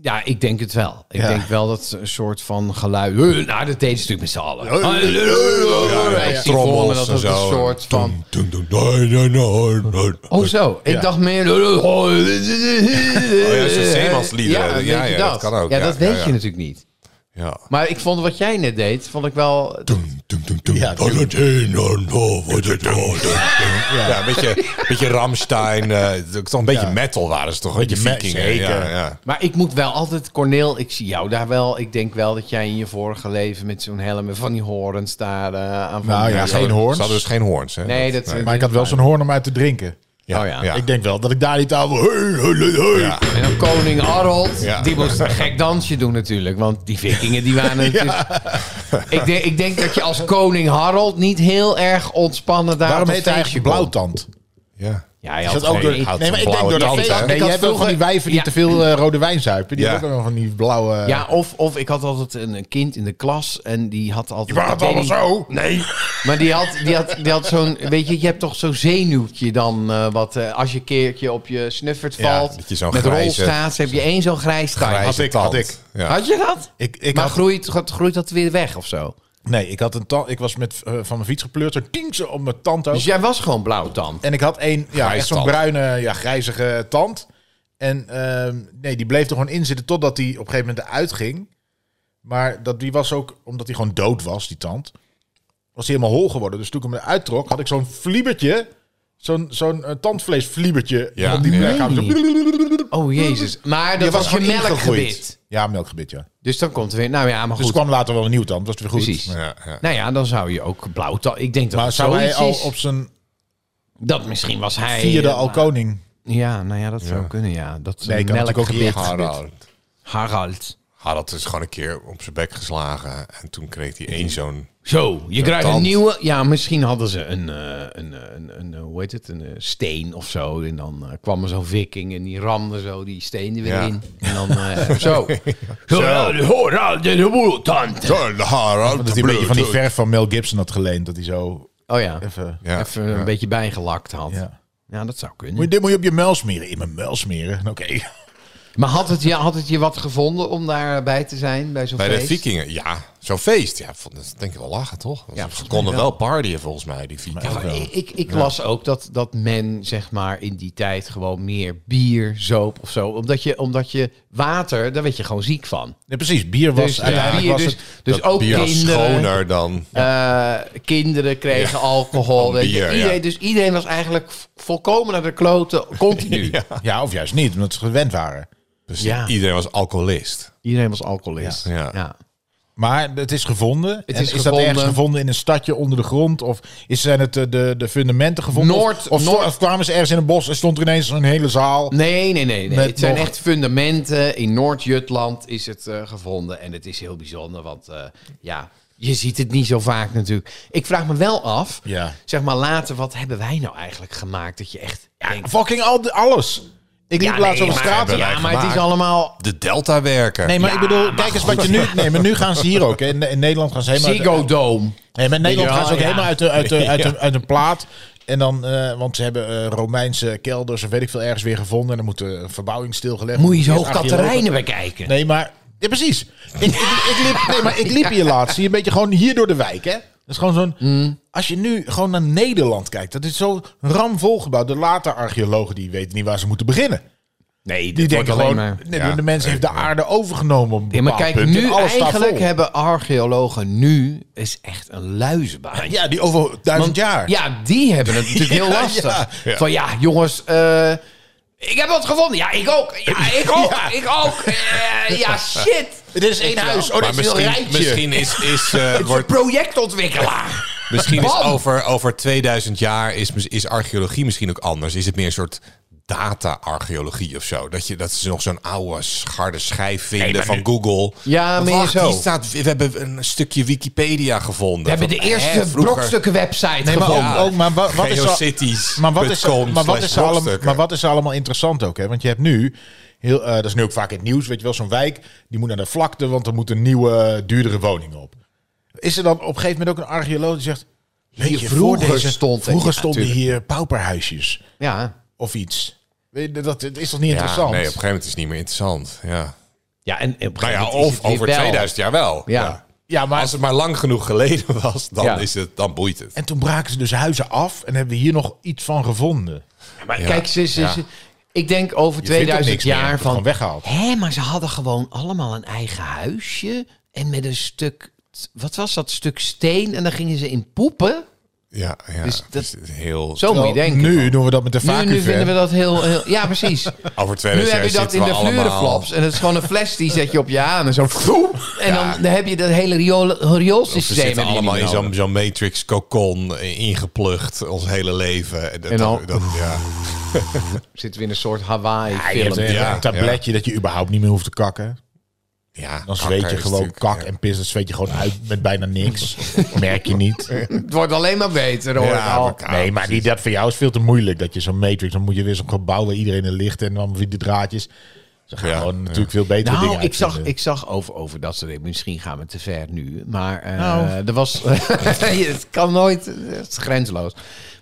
S4: Ja, ik denk het wel. Ik
S3: Ja.
S4: denk wel dat ze een soort van geluid... Nou, dat deden ze natuurlijk met z'n allen. Ik zie voor me
S2: Trommels
S4: dat
S2: en
S4: het een
S2: zo.
S4: soort van-
S2: Dun, dun, dun, dun, dun, dun, dun.
S4: Oh zo, ik
S3: Ja.
S4: dacht meer...
S2: ja, zo'n zeemansliederen.
S4: Ja,
S2: Ja,
S4: weet je
S2: ja, dat
S4: dat
S2: kan ook.
S4: Ja,
S2: Ja,
S4: dat
S2: ja,
S4: weet
S2: ja.
S4: je natuurlijk niet.
S2: Ja.
S4: Maar ik vond wat jij net deed, vond ik wel...
S2: Dun, dun, dun, dun.
S3: Ja,
S2: Ja,
S3: dun.
S2: een beetje, beetje Ramstein. eh, toch een beetje metal waren ze toch? Een beetje
S3: Beetje me-
S2: vikingen. Ja,
S3: zeker.
S2: ja.
S4: Maar ik moet wel altijd, Corneel, ik zie jou daar wel. Ik denk wel dat jij in je vorige leven met zo'n helm en van die horens daar eh, aan van.
S3: Nou ja,
S2: Ze
S3: geen
S2: hadden-
S3: hoorns.
S2: Ze hadden dus geen hoorns. Hè?
S4: Nee, dat,
S3: Maar ik had wel zo'n hoorn om uit te drinken.
S4: dus- oh ja.
S2: ja.
S3: Ik denk wel dat ik daar niet aan...
S2: Ja.
S4: En dan koning Harold,
S2: Ja.
S4: die moest een gek dansje doen natuurlijk. Want die vikingen, die waren natuurlijk... ik, denk, ik denk dat je als koning Harold niet heel erg ontspannen daar
S3: Waarom
S4: op een
S3: heet hij
S4: feestje
S3: eigenlijk
S4: kon.
S3: blauwtand?
S2: Ja.
S4: Ja, hij
S3: Is
S4: had
S3: dat ook
S4: gewoon- ik-
S3: door... Nee,
S2: had
S3: maar
S2: een
S3: ik denk
S2: blauwe
S3: door dat
S2: tand,
S3: feest.
S2: hè? Ik
S3: Nee, je
S4: had
S3: hebt wel van
S4: vroeger-
S3: die wijven die
S4: Ja.
S3: te veel eh, rode wijn zuipen. Die
S2: Ja.
S3: hebben ook nog van die blauwe...
S4: Ja, of, of ik had altijd een, een kind in de klas en die had altijd...
S3: waren het
S4: ik weet
S3: allemaal
S4: niet-
S3: zo?
S4: Oh, Nee. Maar die had, die had, die had zo'n... Weet je, je hebt toch zo'n zenuwtje dan... eh, wat eh, als je een keertje op je snuffert
S2: Ja,
S4: valt...
S2: dat je zo'n
S4: met
S2: grijze-
S4: rolstaat, heb je één zo'n grijs taai.
S2: Grijze
S3: ik, had
S2: tand.
S3: ik.
S2: Ja.
S4: Had je dat?
S3: Ik, ik
S4: maar
S3: had-
S4: groeit, gaat- groeit dat weer weg of zo?
S3: Nee, ik, had een tand, ik was met, eh, van mijn fiets gepleurd. Zo tink ze op mijn tand ook.
S4: Dus jij was gewoon blauwtand.
S3: En ik had één, ja,
S2: Grijs
S3: echt zo'n
S2: tand.
S3: bruine, ja, grijzige tand. En ehm, nee, die bleef er gewoon in zitten totdat die op een gegeven moment eruit ging. Maar dat, die was ook, omdat hij gewoon dood was, die tand, was hij helemaal hol geworden. Dus toen ik hem eruit trok, had ik zo'n vliebertje, zo'n zo'n eh, tandvleesvliebertje.
S2: Ja.
S3: op die
S2: Nee.
S3: plek gaan. Zo-
S4: Oh jezus. Maar
S3: Die
S4: dat was je
S3: gewoon ingegroeid.
S4: melkgebit.
S3: Ja, melkgebit, ja.
S4: Dus dan komt er weer... Nou ja, maar
S3: Dus
S4: goed.
S3: er kwam later wel een nieuw tand, was weer goed.
S4: precies.
S2: Ja, ja.
S4: Nou ja, dan zou je ook blauwtand... Ik denk dat
S3: Maar
S4: het
S3: zou
S4: zoiets
S3: hij al
S4: is.
S3: op zijn
S4: Dat misschien was hij...
S3: vierde
S4: eh,
S3: al koning?
S4: Ja, nou ja, dat zou kunnen, ja. Dat
S3: Nee, kan natuurlijk ook
S4: melkgebit.
S3: hier gaan.
S2: Harald.
S4: Harald.
S2: Harald is gewoon een keer op zijn bek geslagen. En toen kreeg hij één zo'n...
S4: Zo, je krijgt
S2: tand.
S4: een nieuwe... Ja, misschien hadden ze een, eh, een, eh, een, een, eh, hoe heet het, een eh, steen of zo. En dan eh, kwam er zo'n viking en die ramde zo die steen er weer
S2: Ja.
S4: in. En dan eh, zo. Zo, Harald de boeltand.
S2: Zo'n Harald.
S3: Dat hij een beetje van die verf van Mel Gibson had geleend. Dat hij zo
S4: Oh ja,
S3: even...
S2: Ja.
S4: even een beetje bijgelakt had. Ja.
S3: Ja.
S4: dat zou
S3: Moet je,
S4: kunnen.
S3: dit moet je op je muil smeren. In mijn muil smeren? Oké.
S4: Maar had het, je, had het je wat gevonden om daarbij te zijn, bij zo'n
S2: Bij de
S4: feest?
S2: vikingen, ja. Zo'n feest. Ja, vond- dat denk ik wel lachen, toch?
S4: Ja,
S2: ze
S4: volgens
S2: konden
S4: mij
S2: wel
S4: wel.
S2: partyen, volgens mij, die vikingen.
S4: Maar ik, ik, ik las ook dat, dat men, zeg maar, in die tijd gewoon meer bier, zoop of zo. Omdat je, omdat je water, daar werd je gewoon ziek van.
S3: Nee, precies. Bier was
S4: Dus, ja,
S3: uiteindelijk
S4: bier,
S3: was
S4: dus,
S3: het...
S4: dus
S2: Dat
S4: ook
S2: bier was
S4: kinderen,
S2: schoner dan...
S4: eh, kinderen kregen alcohol. weet je.
S2: bier, ja.
S4: iedereen, Dus iedereen was eigenlijk v- volkomen naar de kloten, continu.
S3: Ja, of juist niet, omdat ze gewend waren.
S2: Dus
S4: Ja.
S2: Iedereen was alcoholist.
S4: Iedereen was alcoholist.
S2: Ja.
S4: Ja.
S3: Maar het is gevonden. En
S4: is
S3: is, dat ergens
S4: gevonden.
S3: gevonden in een stadje onder de grond? Of is, zijn het eh, de, de fundamenten gevonden? Of-
S4: Noord-
S3: of,
S4: Noord-
S3: of kwamen ze ergens in een bos en stond er ineens een hele zaal?
S4: Nee, nee, nee. nee.
S3: Met
S4: Het zijn
S3: nog-
S4: echt fundamenten. In Noord-Jutland is het eh, gevonden. En het is heel bijzonder, want eh, ja, je ziet het niet zo vaak natuurlijk. Ik vraag me wel af,
S3: Ja.
S4: zeg maar later, wat hebben wij nou eigenlijk gemaakt dat je echt denkt...
S3: Fucking al, alles. Ik liep
S4: ja,
S3: laatst
S4: nee,
S3: op de
S4: maar-
S3: straat.
S4: Ja, maar het is
S2: gemaakt.
S4: allemaal...
S2: De Delta-werker.
S3: Nee, maar
S4: Ja,
S3: ik bedoel,
S4: maar
S3: kijk eens wat je nu... Nee, maar nu gaan ze hier ook. hè. In, in Nederland gaan ze helemaal...
S4: Ziggo Dome.
S3: Nee, maar in Nederland
S4: Ja,
S3: gaan ze ook
S4: ja.
S3: helemaal uit, de, uit, de, uit, de, uit een plaat. En dan, eh, want ze hebben eh, Romeinse kelders of weet ik veel ergens weer gevonden. En dan moet de verbouwing stilgelegd
S4: Moet je zo
S3: Eerst
S4: hoog Katerijnen bekijken.
S3: Nee, maar... Ja, precies. Ik, ik, ik liep, nee, maar ik liep hier laatst. Hier een beetje gewoon hier door de wijk, hè. Dat is gewoon zo'n...
S4: Mm.
S3: Als je nu gewoon naar Nederland kijkt. Dat is zo ramvol gebouwd. De later archeologen die weten niet waar ze moeten beginnen.
S4: Nee,
S3: Die
S4: dit wordt
S3: denken
S4: alleen
S3: gewoon,
S4: maar...
S3: nee,
S2: Ja.
S3: de mens heeft de aarde overgenomen op een
S4: Ja, maar
S3: bepaald
S4: kijk,
S3: punt en
S4: nu
S3: alles staat
S4: eigenlijk
S3: vol.
S4: hebben archeologen nu is echt een luizenbaan.
S3: Ja, die over duizend jaar.
S4: Ja, die hebben het natuurlijk heel
S3: Ja,
S4: lastig.
S3: ja,
S2: ja.
S4: Van ja, jongens, eh, ik heb wat gevonden. Ja, ik ook. Ja, ik ook.
S3: Ja.
S4: Ik ook. Eh, ja, shit.
S3: Dit is één huis. Oh, dit
S2: maar
S3: is een heel
S2: misschien,
S3: rijtje.
S2: misschien is, is, eh,
S4: Het is een
S2: wordt,
S4: projectontwikkelaar.
S2: misschien is
S4: Bam.
S2: over, over 2000 jaar is, is archeologie misschien ook anders. Is het meer een soort data-archeologie of zo? Dat, je, dat ze nog zo'n oude scharde schijf vinden van Google.
S4: Ja,
S2: Maar
S4: meer
S2: wacht,
S4: zo.
S2: hier staat, we hebben een stukje Wikipedia gevonden.
S4: We hebben de
S2: Van, hè,
S4: eerste
S2: vroeger-
S4: brokstukken website
S3: Nee, maar ook,
S4: gevonden.
S3: ook- maar wa- wat, is er,
S2: Geocities.
S3: maar, wat is er, maar, wat is er allemaal, maar wat is er allemaal interessant ook? Hè? Want je hebt nu, heel, eh, dat is nu ook vaak in het nieuws, weet je wel, zo'n wijk die moet naar de vlakte, want er moet een nieuwe, eh, duurdere woning op. Is er dan op een gegeven moment ook een archeoloog die zegt, weet
S4: Hier
S3: je,
S4: vroeger
S3: voor deze,
S4: stond-
S3: vroeger
S4: ja,
S3: stonden
S4: tuurlijk.
S3: hier pauperhuisjes
S4: Ja.
S3: of iets. Weet je, dat, dat is toch niet
S2: Ja,
S3: interessant?
S2: nee, op een gegeven moment is het niet meer interessant. Ja.
S4: ja, en op een
S2: Nou
S4: gegeven
S2: ja,
S4: moment is
S2: of
S4: het weer
S2: over
S4: wel.
S2: 2000 jaar wel.
S4: Ja.
S3: ja, maar
S2: Als het maar lang genoeg geleden was, dan,
S4: Ja.
S2: is het, dan boeit het.
S3: En toen braken ze dus huizen af en hebben we hier nog iets van gevonden.
S4: Maar
S2: Ja.
S4: kijk, ze, ze-
S2: Ja.
S4: ze- ik denk over
S3: vindt ook
S4: 2000
S3: niks meer,
S4: jaar
S3: wordt
S4: van...
S3: gewoon weggehaald.
S4: Hé, maar ze hadden gewoon allemaal een eigen huisje. En met een stuk... Wat was dat? Stuk steen. En dan gingen ze in poepen.
S2: Ja, ja.
S4: Dus dat-
S2: Dus heel...
S4: Zo moet je denken.
S3: nu doen we dat met de
S4: Nu, nu vinden we
S3: vacuüm.
S4: dat heel... heel ja, precies.
S2: Over
S4: Nu
S2: 2000
S4: heb
S2: jaar
S4: je dat in de
S2: flaps.
S4: fleurenflaps. En dat is gewoon een fles die zet je op je aan. En zo... vloep, En dan, dan heb je dat hele riool,
S2: Oh, Ze
S4: rioolsysteem. heb je
S2: zitten
S4: niet
S2: allemaal
S4: meer
S2: in
S4: nodig.
S2: zo'n zo'n matrix cocon eh, ingeplucht ons hele leven. En dat,
S4: En dan-
S2: dat- ja.
S4: Zitten we in een soort Hawaii-film.
S3: Je hebt een
S2: Ja,
S3: tabletje dat je überhaupt niet meer hoeft te kakken.
S2: ja,
S3: Dan
S2: kakker
S3: zweet je
S2: is
S3: gewoon
S2: natuurlijk-
S3: kak
S2: ja.
S3: en pis. Dan zweet je gewoon uit met bijna niks. Merk je niet.
S4: Het wordt alleen maar beter, hoor.
S2: Ja,
S4: ik al.
S2: maar kan-
S3: Nee, maar die, dat voor jou is veel te moeilijk. Dat je zo'n matrix, dan moet je weer zo'n gebouw waar iedereen in ligt. En dan weer de draadjes. Ze gaan
S2: Ja,
S3: gewoon
S2: ja.
S3: natuurlijk veel betere
S4: Nou,
S3: dingen
S4: ik zag,
S3: uitvinden.
S4: ik zag over, over dat soort dingen. Misschien gaan we te ver nu. Maar eh,
S3: Nou.
S4: er was. het kan nooit. Het is grenzeloos.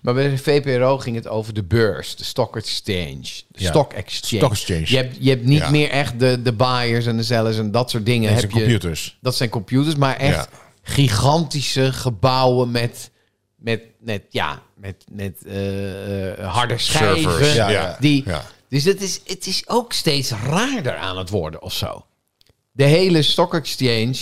S4: Maar bij de VPRO ging het over de beurs, de stock exchange. De
S3: Ja.
S4: stock exchange.
S3: Stock exchange.
S4: Je hebt, je hebt niet
S2: Ja.
S4: meer echt de, de buyers en de sellers en dat soort dingen.
S3: Dat
S4: heb
S3: zijn
S4: je,
S3: computers.
S4: Dat zijn computers, maar echt
S2: Ja.
S4: gigantische gebouwen met. Met, met, ja, met, met eh, eh, harde
S2: Servers,
S4: schijven.
S3: ja,
S2: ja.
S4: Die,
S2: Ja.
S4: Dus het is, het is ook steeds raarder aan het worden of zo. De hele stock exchange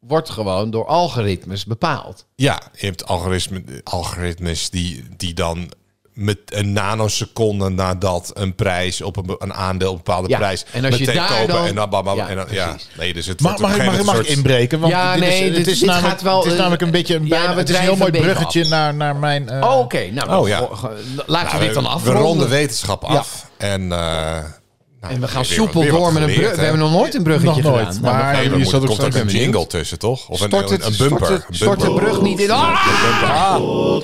S4: wordt gewoon door algoritmes bepaald.
S2: Ja, je hebt algoritme, algoritmes die, die dan met een nanoseconde nadat een prijs op een, be- een aandeel op een bepaalde
S4: Ja,
S2: prijs
S4: en als je
S2: meteen
S4: daar
S2: kopen
S4: dan-
S2: en dan bam, bam,
S4: Ja,
S2: en dan, ja.
S4: precies.
S2: Nee, dus het
S3: Mag,
S2: wordt
S3: mag,
S2: op
S3: ik-
S2: een
S3: mag,
S2: gegeven
S3: ik- mag
S2: moment
S3: ik
S2: een
S3: inbreken? Want
S4: Ja,
S3: dit
S4: nee,
S3: is,
S4: dit-
S3: het is
S4: dit
S3: namelijk,
S4: gaat wel,
S3: het is
S4: eh,
S3: namelijk een beetje een,
S4: ja,
S3: bijna,
S4: we
S3: het is een heel
S4: drijven
S3: mooi
S4: een beetje
S3: bruggetje
S4: af.
S3: naar, naar mijn... eh,
S4: Oké, nou, dan
S2: Oh, ja.
S4: vo- ge- laten we
S2: soort-
S4: dit dan
S2: Nou, we,
S4: afronden.
S2: we ronden wetenschap af. En, eh, nou,
S4: en we gaan
S2: weer-
S4: soepel
S2: weer wat
S4: door met een
S2: geleerd,
S4: brug. We
S2: hè?
S4: hebben nog nooit een bruggetje
S3: Nog nooit,
S4: gedaan.
S3: maar-
S4: dan-
S3: Ah,
S2: Nee,
S3: jullie
S2: maar moet-
S3: zullen ook
S2: komt
S3: straks
S2: er een
S3: zijn
S2: jingle tussen, toch? Of een,
S4: Stort het-
S2: een, een bumper.
S4: stort het-
S2: Een
S4: stort de
S2: bumper.
S4: brug niet in. Ah!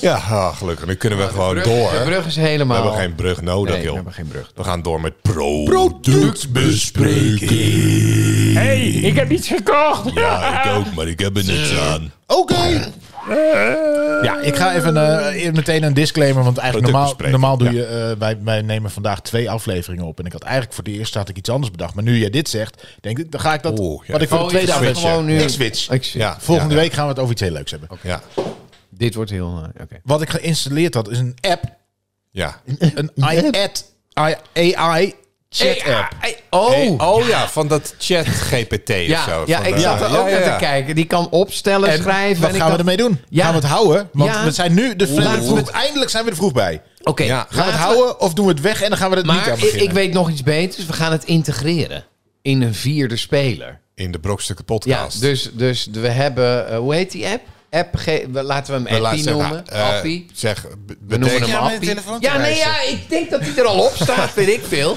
S2: Ja, ah, gelukkig. Nu kunnen we gewoon
S4: Brug-
S2: door.
S4: De brug is
S2: We
S4: helemaal...
S2: hebben geen brug nodig,
S4: Nee, we
S2: joh.
S4: hebben geen brug.
S2: We gaan door met productbespreking.
S5: Hey, ik heb iets gekocht.
S2: Ja, ik ook, maar ik heb er niks aan.
S3: Oké. Ja, ik ga even eh, meteen een disclaimer. Want eigenlijk normaal,
S2: Productbespreking,
S3: normaal doe
S2: ja.
S3: je... eh, wij, wij nemen vandaag twee afleveringen op. En ik had eigenlijk voor de eerste had ik iets anders bedacht. Maar nu jij dit zegt, denk ik, dan ga ik dat...
S2: Oeh, ja.
S3: Wat ik voor de
S4: Oh,
S3: tweede
S4: je gaat
S3: aflevering...
S4: gewoon nu...
S3: Ik switch.
S4: Ik switch.
S2: Ja,
S3: Volgende
S2: ja,
S3: week gaan we het over iets heel leuks hebben.
S2: Ja,
S4: Dit wordt heel... eh, Oké.
S3: Wat ik geïnstalleerd had, is een app.
S2: ja.
S3: Een iAd, I- AI chat app.
S4: Hey, Oh!
S2: oh ja, van dat chat GPT
S4: ja,
S2: of zo.
S4: ja,
S2: van,
S4: ik
S2: eh,
S4: zat er
S2: ja,
S4: ook
S2: ja,
S4: naar
S2: ja.
S4: te kijken. Die kan opstellen, schrijven.
S3: Wat
S4: en ik
S3: gaan we
S4: kan-
S3: ermee doen?
S4: Ja.
S3: Gaan we het houden? Want
S4: Ja.
S3: we zijn nu de
S4: Laten we het-
S3: Eindelijk zijn we er vroeg bij.
S4: Oké.
S2: Ja.
S4: laten
S3: Gaan we het houden of doen we het weg en dan gaan we het niet aan
S4: Maar ik,
S3: beginnen?
S4: ik weet nog iets beters. We gaan het integreren in een vierde speler.
S2: In de Brokstukken
S4: Ja,
S2: podcast.
S4: dus, dus we hebben... eh, hoe heet die app? app ge- we- laten we hem
S2: Laat
S4: appie
S2: zeggen,
S4: noemen.
S2: eh,
S4: appie.
S2: Zeg, be-
S4: We noemen hem
S2: betekent
S3: met de
S4: appie.
S3: telefoon te
S4: Ja, nee,
S3: wijzen.
S4: ja, ik denk dat hij er al op staat, weet ik veel.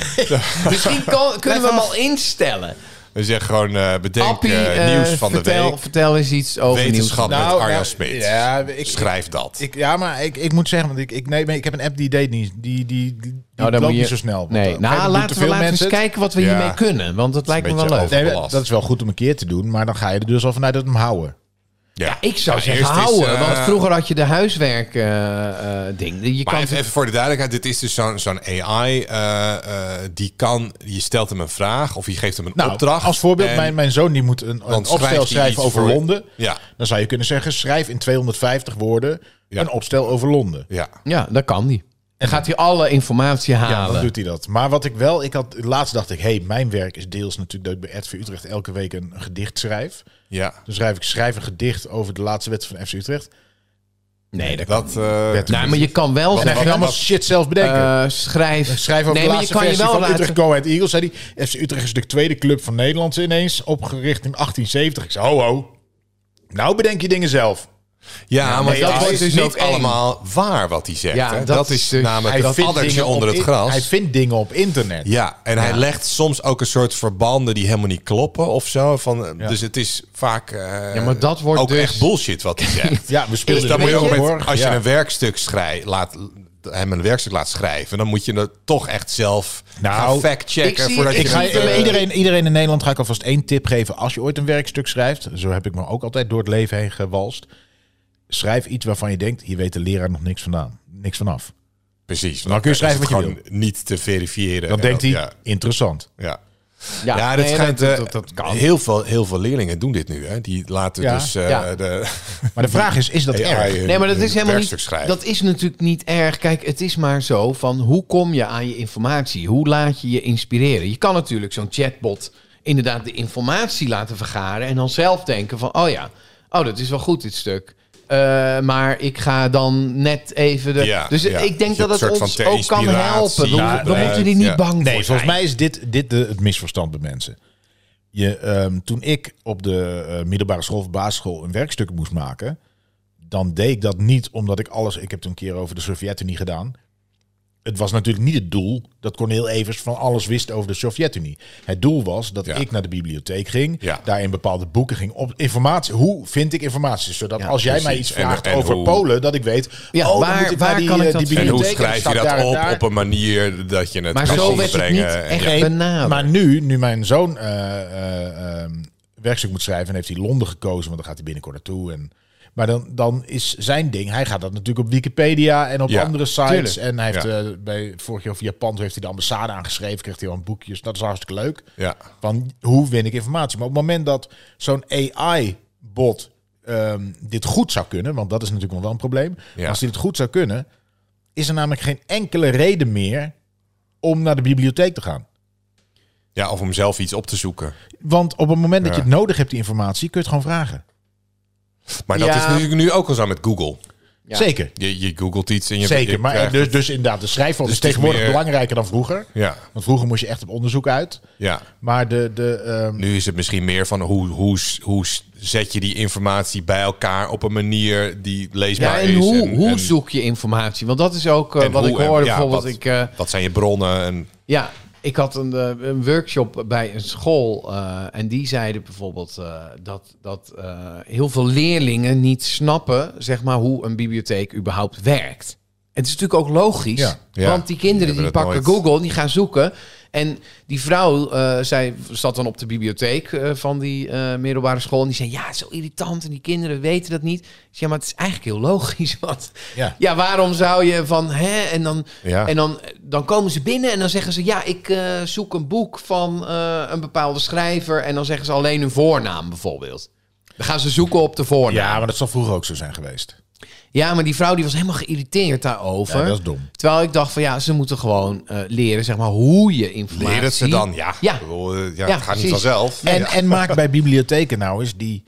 S4: Misschien kan- kunnen we hem al instellen.
S2: We zeggen gewoon, eh, bedenk
S4: Appie,
S2: eh,
S4: eh,
S2: nieuws van
S4: vertel,
S2: de week.
S4: Vertel eens iets over nieuws.
S2: Wetenschap
S3: Nou,
S2: met Arjan
S3: ja,
S2: Smit.
S3: ja, ik-
S2: Schrijf dat.
S3: Ik, ja, maar ik, ik moet zeggen, want ik, ik, nee, maar ik heb een app die deed niet. Die, die, die, die
S4: Nou, dan
S3: loopt
S4: moet je-
S3: niet zo snel. want op
S4: Nee,
S3: een gegeven
S4: nou,
S3: moment doen
S4: laten we,
S3: te veel
S4: laten we eens
S3: mensen het.
S4: kijken wat we
S2: Ja.
S4: hiermee kunnen. Want dat lijkt me wel
S2: beetje
S4: leuk.
S2: over-
S3: Nee,
S2: Belast.
S3: dat is wel goed om een keer te doen, maar dan ga je er dus al vanuit dat we hem houden.
S2: ja.
S4: Ik zou
S2: Ja,
S4: zeggen
S2: eerst is,
S4: houden.
S2: eh,
S4: want vroeger had je de huiswerk eh, eh, ding. Je
S2: Maar
S4: kan,
S2: even, even voor de duidelijkheid, dit is dus zo'n zo'n AI, eh, eh, die kan, je stelt hem een vraag of je geeft hem een
S3: Nou,
S2: opdracht.
S3: als voorbeeld,
S2: en
S3: mijn, mijn zoon die moet een, een
S2: schrijft hij
S3: opstel schrijven
S2: iets
S3: over
S2: voor-
S3: Londen.
S2: Ja.
S3: Dan zou je kunnen zeggen, schrijf in 250 woorden
S2: Ja.
S3: een opstel over Londen.
S2: Ja,
S4: ja, dat kan die. Dan gaat hij alle informatie
S3: Ja,
S4: halen.
S3: dan doet hij dat. Maar wat ik wel, ik had laatst dacht ik, hey, mijn werk is deels natuurlijk dat ik bij RTV Utrecht elke week een gedicht schrijf.
S2: Ja.
S3: Dan schrijf ik schrijf een gedicht over de laatste wedstrijd van FC Utrecht.
S4: nee, dat,
S2: Dat, eh,
S3: Werd
S4: nou, maar je kan wel
S3: en dan ging
S4: zeggen...
S3: je allemaal shit zelf bedenken.
S4: eh, schrijf...
S3: Schrijf over
S4: nee,
S3: de
S4: maar je
S3: laatste
S4: kan je
S3: versie
S4: wel
S3: van
S4: laten-
S3: Utrecht Go Ahead Eagles. Zei die, FC Utrecht is de tweede club van Nederland ineens. Opgericht in 1870. Ik zei, ho ho. Nou bedenk je dingen zelf.
S2: ja, maar
S3: nee,
S2: dat
S3: dat
S2: is
S4: is
S2: dus
S4: niet
S2: ook
S4: eng.
S2: allemaal waar wat hij zegt.
S4: Ja,
S2: hè? Dat,
S4: dat
S2: is
S4: is dus-
S2: namelijk
S3: Hij
S2: dat
S3: vindt
S2: addertje
S3: dingen op
S2: onder het
S3: in-
S2: gras.
S3: Hij vindt dingen op internet.
S2: Ja, en hij legt soms ook een soort verbanden die helemaal niet kloppen of zo. Van, eh, Dus het is vaak eh,
S4: Ja, maar dat wordt
S2: ook
S4: dus-
S2: echt bullshit wat hij zegt.
S3: Ja, we
S2: dus
S3: speelden
S2: dan moet je ook met, als je
S3: ja.
S2: een werkstuk schrijft, laat, hem een werkstuk laat schrijven, dan moet je dat toch echt zelf
S3: Nou,
S2: gaan fact-checken.
S4: ik zie-
S2: voordat
S4: ik
S2: je
S3: Ik ga,
S2: het, eh,
S3: iedereen, iedereen in Nederland ga ik alvast één tip geven. Als je ooit een werkstuk schrijft, zo heb ik me ook altijd door het leven heen gewalst. Schrijf iets waarvan je denkt, hier weet de leraar nog niks vandaan. Niks vanaf.
S2: Precies.
S3: Dan kun je schrijven
S2: is
S3: wat je
S2: het gewoon niet te verifiëren.
S3: Dan
S2: En
S3: denkt
S2: ook-
S3: hij,
S2: Ja,
S3: interessant.
S2: ja.
S4: Ja,
S2: ja, dat
S4: nee,
S2: schijnt, eh,
S4: kan.
S2: Heel, veel, heel veel leerlingen doen dit nu. Hè? Die laten
S3: Ja.
S2: dus eh,
S4: Ja.
S2: de
S3: Maar de vraag is, is dat erg?
S2: AI hun-
S4: Nee, maar dat
S2: hun
S4: is helemaal
S2: werkstuk
S4: niet.
S2: schrijven.
S4: Dat is natuurlijk niet erg. Kijk, het is maar zo van hoe kom je aan je informatie? Hoe laat je je inspireren? Je kan natuurlijk zo'n chatbot inderdaad de informatie laten vergaren en dan zelf denken van, oh ja, oh dat is wel goed dit stuk. Eh, maar ik ga dan net even de.
S2: Ja,
S4: dus
S2: ja.
S4: ik denk
S2: Je
S4: dat het
S2: soort van
S4: ons
S2: ter
S4: ook kan
S2: inspiratie
S4: helpen. Dan,
S2: gebruikt,
S4: dan moeten die niet
S2: ja.
S4: bang
S3: Nee,
S4: voor
S3: volgens
S4: zijn.
S3: mij is dit, dit de, het misverstand bij mensen. Je, ehm, toen ik op de eh, middelbare school of basisschool een werkstuk moest maken, dan deed ik dat niet omdat ik alles. Ik heb het een keer over de Sovjet-Unie gedaan. Het was natuurlijk niet het doel dat Corneel Evers van alles wist over de Sovjet-Unie. Het doel was dat
S2: Ja.
S3: ik naar de bibliotheek ging,
S2: Ja.
S3: daarin bepaalde boeken ging op informatie. Hoe vind ik informatie? Zodat
S4: Ja,
S3: als jij mij
S2: precies.
S3: iets
S2: En-
S3: vraagt
S2: en
S3: over
S2: hoe-
S3: Polen, dat ik weet.
S4: Ja,
S3: oh,
S4: waar-
S3: waar, moet ik
S4: waar
S3: naar die,
S4: kan ik
S3: eh,
S4: dat
S3: die
S4: vinden?
S2: En hoe
S3: bibliotheek? dan
S2: schrijf je
S3: staat
S2: dat
S3: daar en
S2: op
S3: daar.
S2: op een manier dat je het
S4: Maar
S2: kan
S4: zo werd het niet
S2: overbrengen?
S4: echt
S2: eh, Ja.
S4: benaderd.
S3: Maar nu, nu mijn zoon eh, eh, ehm, werkstuk moet schrijven en heeft hij Londen gekozen, want dan gaat hij binnenkort naartoe. En, maar dan, dan is zijn ding, hij gaat dat natuurlijk op Wikipedia en op
S2: Ja,
S3: andere sites.
S4: tuurlijk.
S3: En hij heeft
S2: Ja.
S3: eh, bij vorig jaar over Japan, toen heeft hij de ambassade aangeschreven, kreeg hij al een boekje. Dus dat is hartstikke leuk.
S2: Ja.
S3: Van hoe win ik informatie? Maar op het moment dat zo'n AI-bot dit goed zou kunnen, want dat is natuurlijk nog wel een probleem.
S2: Ja.
S3: Als hij dit goed zou kunnen, is er namelijk geen enkele reden meer om naar de bibliotheek te gaan.
S2: Ja, of om zelf iets op te zoeken.
S3: Want op het moment dat
S2: Ja.
S3: je het nodig hebt, die informatie, kun je het gewoon vragen.
S2: Maar dat
S4: Ja.
S2: is natuurlijk nu ook al zo met Google.
S4: Ja.
S3: Zeker.
S2: Je, je googelt iets en je je
S3: Zeker. Maar
S2: krijgt-
S3: dus, dus inderdaad, de schrijfvorm
S2: Dus
S3: is
S2: het is
S3: tegenwoordig
S2: meer-
S3: belangrijker dan vroeger.
S4: dus-
S2: ja,
S3: Want vroeger moest je echt op onderzoek uit.
S2: ja.
S3: Maar de. de ehm,
S2: Nu is het misschien meer van hoe, hoe, hoe zet je die informatie bij elkaar op een manier die leesbaar
S4: Ja,
S2: is.
S4: en hoe, hoe
S2: en-
S4: zoek je informatie? Want dat is ook eh,
S2: en
S4: wat
S2: hoe
S4: ik
S2: en-
S4: hoorde.
S2: ja,
S4: bijvoorbeeld,
S2: wat-
S4: ik. eh,
S2: Wat zijn je bronnen? En,
S4: Ja, ik had een, eh, een workshop bij een school eh, en die zeiden bijvoorbeeld eh, dat, dat eh, heel veel leerlingen niet snappen zeg maar, hoe een bibliotheek überhaupt werkt. En het is natuurlijk ook logisch,
S3: Ja,
S2: ja.
S4: want die
S2: Die
S4: kinderen die,
S2: hebben dat
S4: pakken
S2: nooit.
S4: Google en die gaan zoeken. En die vrouw, eh, zij zat dan op de bibliotheek eh, van die eh, middelbare school en die zei, ja, het is zo irritant en die kinderen weten dat niet. Ik zei, ja, maar het is eigenlijk heel logisch, want
S3: ja.
S4: ja, waarom zou je van hè en dan
S2: ja.
S4: en dan, dan komen ze binnen en dan zeggen ze: Ja, ik eh, zoek een boek van eh, een bepaalde schrijver. En dan zeggen ze alleen hun voornaam bijvoorbeeld. Dan gaan ze zoeken op de voornaam.
S3: ja, maar dat zal vroeger ook zo zijn geweest.
S4: Ja, maar die vrouw die was helemaal geïrriteerd
S3: Ja,
S4: daarover.
S3: dat is dom.
S4: Terwijl ik dacht van ja, ze moeten gewoon eh, leren zeg maar, hoe je informatie...
S2: Leer het ze dan, ja.
S4: Ja.
S2: Ik bedoel, eh, ja,
S4: Ja,
S2: het gaat niet
S4: precies.
S2: vanzelf.
S3: En,
S2: Ja.
S3: en maak bij bibliotheken nou eens die,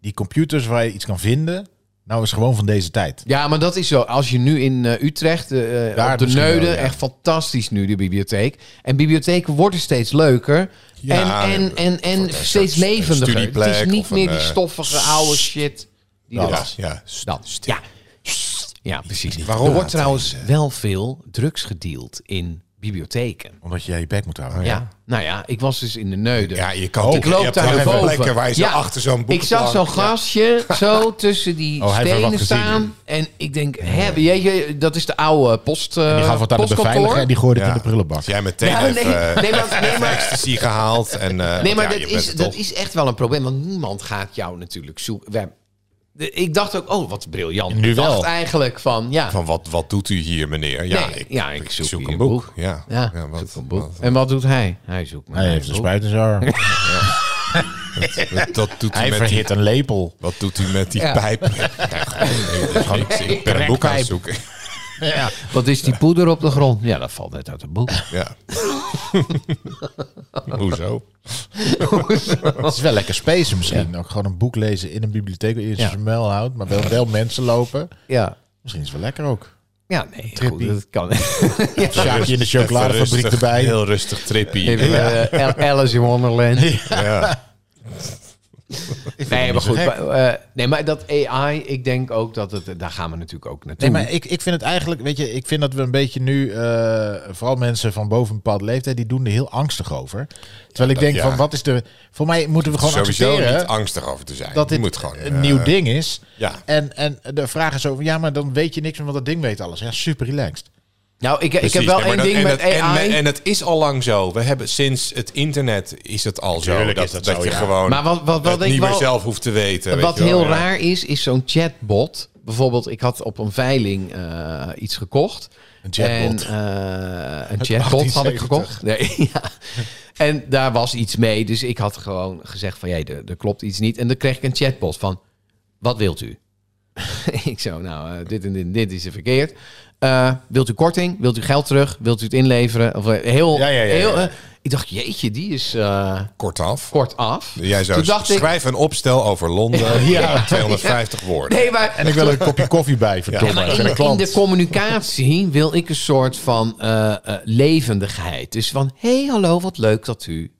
S3: die computers waar je iets kan vinden. Nou is gewoon van deze tijd.
S4: Ja, maar dat is zo. Als je nu in eh, Utrecht, eh, eh,
S3: Daar
S4: op de
S3: misschien
S4: Neude,
S3: wel, ja.
S4: echt fantastisch nu de bibliotheek. En bibliotheken worden steeds leuker.
S2: Ja,
S4: en en, en, en
S2: een
S4: steeds
S2: soort
S4: levendiger. Het is
S2: studieplek
S4: niet
S2: of een,
S4: meer die
S2: eh,
S4: stoffige oude shit die er
S2: ja,
S4: was.
S2: ja.
S4: Dan. Ja. ja, precies.
S3: Waarom?
S4: Er wordt trouwens wel veel drugs gedeeld in bibliotheken.
S3: Omdat je je bek moet houden.
S4: Ja. Nou ja, ik was dus in de Neude.
S2: Ja, je kan
S4: ik loop
S2: je hebt
S4: daar
S2: heel veel
S4: boven.
S2: plekken waar je zo
S4: Ja,
S2: achter zo'n boek
S4: Ik zag zo'n gastje zo tussen die
S3: Oh, hij heeft er
S4: stenen
S3: wat gezien,
S4: staan. En ik denk, hè, jeetje, dat is de oude post, eh
S3: Die gaf het aan de
S4: postkantoor.
S3: beveiliger en die gooide
S2: Ja.
S3: het in de prullenbak.
S2: jij meteen
S4: Ja,
S2: even, eh,
S4: nee, nee, maar, nee,
S2: even
S4: maar,
S2: ecstasy gehaald. En, eh,
S4: nee, maar
S2: ja, je
S4: dat,
S2: bent
S4: is,
S2: het
S4: dat
S2: toch.
S4: is echt wel een probleem. Want niemand gaat jou natuurlijk zoeken. We- de- Ik dacht ook, oh, wat briljant.
S3: Nu wel.
S4: dacht eigenlijk van, ja.
S2: Van wat, wat doet u hier, meneer? Ja,
S4: Nee,
S2: ik,
S4: ja,
S2: ik
S4: ik
S2: zoek,
S4: zoek hier
S2: een
S4: een
S2: boek.
S4: boek.
S2: Ja,
S4: ja,
S2: Ja, wat-
S4: zoek een boek.
S2: wat-
S4: En wat doet hij? Hij zoekt me.
S3: Hij heeft een spuit in zijn arm.
S2: wat- dat doet u
S3: Hij
S2: met die,
S3: verhit een lepel.
S2: wat doet u met die
S4: Ja.
S2: pijp? Ja, gewoon, nee, dat is gewoon- ik ben een boek aan het zoeken.
S4: Ja. Wat is die poeder op de grond? Ja, dat valt net uit het boek.
S2: Ja. Hoezo?
S3: Het is wel lekker space misschien. Ook gewoon een boek lezen in een bibliotheek waar je
S4: Ja.
S3: ja. smel houdt, maar wel, wel mensen lopen.
S4: Ja.
S3: Misschien is het wel lekker ook.
S4: Ja, nee,
S3: Trippy.
S4: goed, dat kan.
S3: Sjaakje in de
S2: Even
S3: chocoladefabriek
S2: rustig,
S3: erbij.
S2: Heel rustig trippy.
S4: Even eh, Al- Alice in Wonderland.
S2: Ja.
S4: Nee, maar
S3: niet zo
S4: goed.
S3: gek.
S4: maar, eh, nee, maar dat AI, ik denk ook dat het... Daar gaan we natuurlijk ook naartoe.
S3: Nee, maar ik, ik vind het eigenlijk, weet je, ik vind dat we een beetje nu, eh, vooral mensen van boven een bepaalde leeftijd, die doen er heel angstig over. Terwijl ik denk
S2: ja.
S3: van, wat is de, voor mij moeten we gewoon
S2: Sowieso
S3: accepteren
S2: niet angstig over te zijn.
S3: dat
S2: je
S3: dit
S2: moet gewoon
S3: een
S2: eh,
S3: nieuw ding is.
S2: Ja.
S3: En, en de vraag is over, ja, maar dan weet je niks meer, want dat ding weet alles. Ja, super relaxed.
S4: nou, ik, ik
S2: Precies.
S4: heb wel één
S2: Nee, maar dat-
S4: ding
S2: en
S4: met
S2: dat- en-
S4: AI.
S2: En, het is al lang zo. We hebben sinds het internet is het al zo.
S3: Tuurlijk
S2: dat,
S3: is dat
S2: dat
S3: zo,
S2: je
S3: ja.
S2: gewoon
S4: Maar wat- wat- wat
S2: het
S4: ik
S2: niet meer
S4: wel-
S2: zelf hoeft te weten. weet
S4: Wat
S2: je wel,
S4: heel
S2: ja.
S4: raar is, is zo'n chatbot. Bijvoorbeeld, ik had op een veiling eh, iets gekocht.
S3: Een chatbot.
S4: En, eh, een chatbot had ik
S3: 1870.
S4: gekocht. Nee, ja. En daar was iets mee. Dus ik had gewoon gezegd van, ja, er er klopt iets niet. En dan kreeg ik een chatbot van, wat wilt u? ik zo, nou, eh, dit en dit, en dit is er verkeerd. Eh, wilt u korting? Wilt u geld terug? Wilt u het inleveren? Of, eh, heel,
S3: Ja, ja, ja, ja.
S4: heel eh, ik dacht, jeetje, die is eh,
S2: Kortaf.
S4: kort af.
S2: Jij zou
S4: Toen dacht ik,
S2: schrijf een opstel over Londen.
S3: Ja.
S2: 250 woorden.
S4: nee, maar
S3: En ik wil er een kopje koffie bij, verdomme.
S4: Ja, maar
S3: ik
S4: in,
S3: ben een
S4: in
S3: klant.
S4: de communicatie wil ik een soort van eh, eh, levendigheid. Dus van, hé, hey, hallo, wat leuk dat u...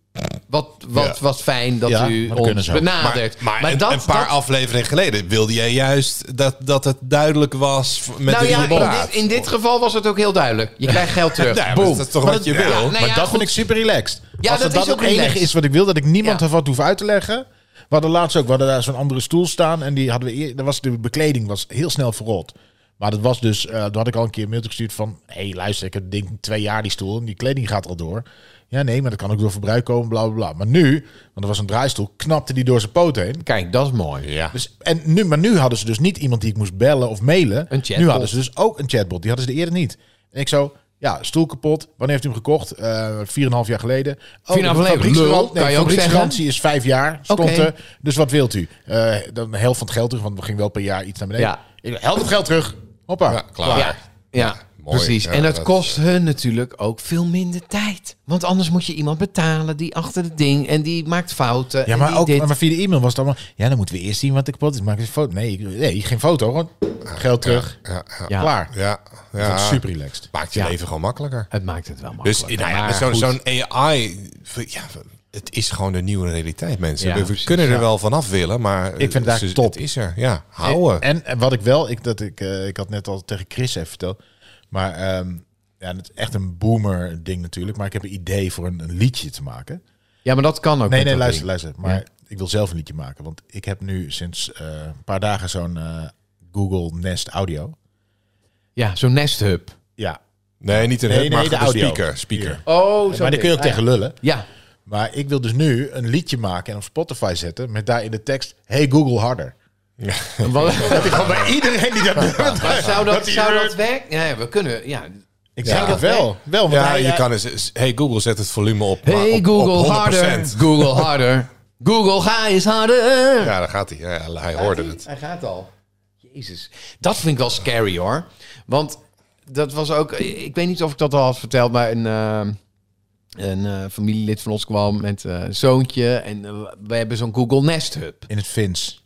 S4: Wat, wat,
S2: Ja.
S4: wat fijn dat
S3: Ja,
S4: u
S3: maar dat kunnen
S4: ons
S3: ze ook.
S4: benadert.
S2: Maar, maar een, een paar afleveringen geleden wilde jij juist dat, dat het duidelijk was v- met
S4: nou
S2: wie
S4: ja,
S2: je
S4: in
S2: praat.
S4: dit, in dit geval was het ook heel duidelijk. Je krijgt geld terug.
S2: Ja, maar
S4: Boom.
S2: Dat is toch
S3: Maar
S2: wat je
S3: dat-
S2: wil?
S4: Ja, nee,
S3: maar
S4: Nou, ja,
S3: dat
S4: goed.
S3: vind ik super relaxed.
S4: Ja,
S3: Als
S4: dat
S3: dat,
S4: is
S3: het
S4: ook
S3: enige
S4: relaxed.
S3: is wat ik wil, dat ik niemand
S4: Ja.
S3: ervan hoef uit te leggen. We hadden laatst ook, we hadden daar zo'n andere stoel staan en die hadden we eer- daar was de bekleding was heel snel verrot. Maar dat was dus, eh toen had ik al een keer een mailtje gestuurd van, hé hey, luister, ik heb denk ik twee jaar die stoel en die kleding gaat al door. Ja, nee, maar dat kan ook door verbruik komen, bla bla bla. Maar nu, want er was een draaistoel, knapte die door zijn poot heen.
S4: Kijk, dat is mooi.
S2: Ja.
S3: Dus, en nu, maar nu hadden ze dus niet iemand die ik moest bellen of mailen.
S4: Een chatbot.
S3: Nu hadden ze dus ook een chatbot. Die hadden ze eerder niet. En ik zo, ja, stoel kapot. Wanneer heeft u hem gekocht? Eh, Vier en een half jaar geleden. Oh,
S4: 4,5
S3: de
S4: jaar
S3: fabrieksgaran-
S4: lul, kan je ook
S3: fabrieksgarantie is vijf jaar. Stond
S4: Oké.
S3: er. Dus wat wilt u? Eh, dan de helft van het geld terug, want we gingen wel per jaar iets naar beneden.
S4: Ja.
S3: Ik, helft het geld terug. Hoppa.
S2: Ja, klaar.
S4: Ja, ja,
S2: mooi.
S4: precies.
S2: Ja,
S4: en dat,
S2: dat-
S4: kost hun natuurlijk ook veel minder tijd. Want anders moet je iemand betalen die achter het ding... en die maakt fouten.
S3: Ja,
S4: en
S3: maar
S4: die
S3: ook
S4: dit.
S3: maar via de e-mail was het allemaal... Ja, dan moeten we eerst zien wat er kapot is. Maak eens een foto. Nee, ik- nee, geen foto. Gewoon geld terug.
S2: Ja, ja,
S4: Ja,
S3: Klaar.
S2: ja,
S3: Ik vond
S2: ja.
S3: het Super relaxed.
S2: Maakt je
S4: Ja.
S2: leven gewoon makkelijker.
S4: Het maakt het wel
S2: Dus
S4: makkelijk.
S2: nou ja,
S4: Maar
S2: zo'n
S4: goed.
S2: zo'n AI, ja, het is gewoon de nieuwe realiteit, mensen.
S4: Ja,
S2: we
S4: precies,
S2: kunnen er wel vanaf willen, maar ik
S3: vind het eigenlijk top. Eh,
S2: is er, ja.
S3: Oh,
S2: Houden.
S3: En, en wat ik wel, ik, dat ik, eh, ik had net al tegen Chris even verteld. Maar ehm, ja, het is echt een boomer ding natuurlijk. Maar ik heb een idee voor een, een liedje te maken.
S4: Ja, maar dat kan ook. met
S3: Nee, nee,
S4: dat
S3: luister,
S4: ding.
S3: luister. Maar ik wil zelf een liedje maken. Want ik heb nu sinds eh, een paar dagen zo'n eh, Google Nest Audio.
S4: Ja, zo'n nesthub.
S3: Ja,
S2: nee, niet een
S3: Nee,
S2: hub,
S3: nee,
S2: maar
S3: de
S2: de,
S3: audio.
S2: speaker. speaker.
S4: Oh,
S3: maar daar kun je ook tegen lullen.
S4: Ja,
S3: Maar ik wil dus nu een liedje maken en op Spotify zetten. Met daar in de tekst, hey Google harder.
S4: wat,
S3: Dat ik gewoon bij iedereen die dat doet.
S4: zou dat,
S3: die
S4: zou
S3: nerd-
S4: dat werken? Ja, ja, we kunnen. Ja.
S3: Ik
S4: Ja.
S3: zou dat wel. wel want
S2: Ja,
S3: hij- eh,
S2: je
S3: hij-
S2: kan eens- eens... Hey Google, zet het volume op. maar
S4: Hey
S2: op-
S4: Google,
S2: op 100%.
S4: harder. Google harder. Google, ga eens harder.
S2: Ja, daar gaat hij. Ja, hij hoorde het.
S4: Hij gaat al. Jezus. Dat vind ik wel scary hoor. Want dat was ook. Ik weet niet of ik dat al had verteld, maar een. eh, een eh, familielid van ons kwam met eh, een zoontje. En eh, we hebben zo'n Google Nest Hub.
S3: In het Fins.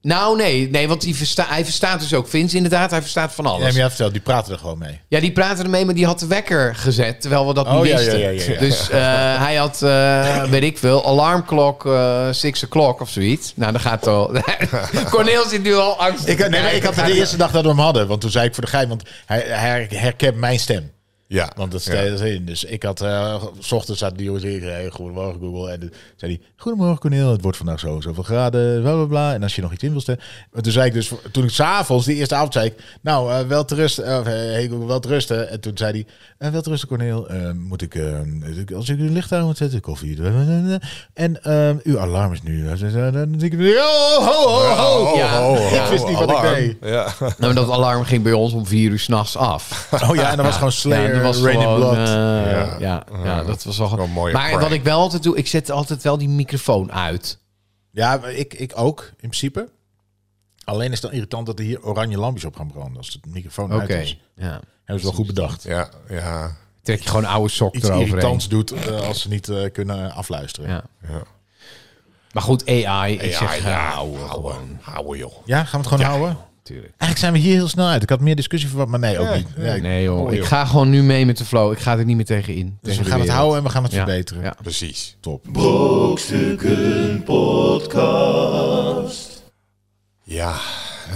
S4: Nou, nee, nee want die versta hij verstaat dus ook Fins, inderdaad. Hij verstaat van
S3: Ja,
S4: alles.
S3: maar
S4: Ja,
S3: je had verteld, die praten er gewoon mee.
S4: die praatte ermee, maar die had de wekker gezet, terwijl we dat
S3: Oh,
S4: niet
S3: ja,
S4: wisten.
S3: ja, ja, ja, ja.
S4: Dus eh, hij had, eh, weet ik veel, alarmklok, eh six o'clock of zoiets. Nou, dan gaat het al... Corneel zit nu al angst.
S3: Ik, had- nee, maar ik had het de
S4: Ja,
S3: eerste dag dat we hem hadden, want toen zei ik voor de gein, want hij, hij herkent mijn stem.
S2: Ja.
S3: Want dat
S2: Ja.
S3: staat in. Dus ik had, eh, s ochtends aan die jongens hier, hey, goedemorgen Google. En toen zei hij, goedemorgen Cornel, het wordt vandaag zo en zoveel graden, bla bla bla. En als je nog iets in wil stellen. Maar toen zei ik dus, toen ik s'avonds, die eerste avond, zei ik, nou, eh, wel te rusten, eh, hey Google, wel te rusten. En toen zei hij, eh, wel te rusten Cornel, Eh, moet ik, eh, als ik uw licht aan moet zetten, koffie. En eh, uw alarm is nu. Dan denk ik, oh, ho, ho, ho.
S2: Oh,
S4: ja.
S2: oh, oh,
S3: Ik wist niet wat ik
S2: alarm.
S3: deed.
S2: Ja.
S4: Nou, maar dat alarm ging bij ons om vier uur s'nachts af.
S3: Oh ja, en dat was gewoon
S4: Ja,
S3: Slayer,
S4: dat was
S3: Rain
S4: gewoon,
S3: in Blood.
S4: eh,
S2: Ja.
S4: ja. Ja, dat was
S2: Wel
S4: al.
S2: een mooie
S4: Maar
S2: prank.
S4: wat ik wel altijd doe, ik zet altijd wel die microfoon uit.
S3: Ja, maar ik, ik ook, in principe. Alleen is het dan irritant dat er hier oranje lampjes op gaan branden. Als de microfoon
S4: Oké.
S3: uit dus. is.
S4: Ja.
S3: Hebben ze wel goed bedacht.
S2: Ja, ja.
S4: Trek je gewoon oude sok
S3: Iets
S4: eroverheen.
S3: irritants doet eh, als ze niet eh, kunnen afluisteren. Ja.
S4: Ja. Maar goed, AI, ik zeg eh,
S2: ja,
S4: ja,
S2: houden,
S4: gewoon.
S2: houden, houden, joh.
S3: gaan we het gewoon houden?
S4: Natuurlijk.
S3: Eigenlijk zijn we hier heel snel uit. Ik had meer discussie verwacht, maar nee, ook
S2: Ja,
S3: niet. Nee,
S4: Nee joh,
S2: Oh, joh.
S4: ik ga gewoon nu mee met de flow. Ik ga er niet meer tegen in.
S3: Dus we gaan het houden en we gaan het
S4: Ja.
S3: verbeteren.
S4: Ja.
S2: Precies.
S3: Top.
S2: Ja,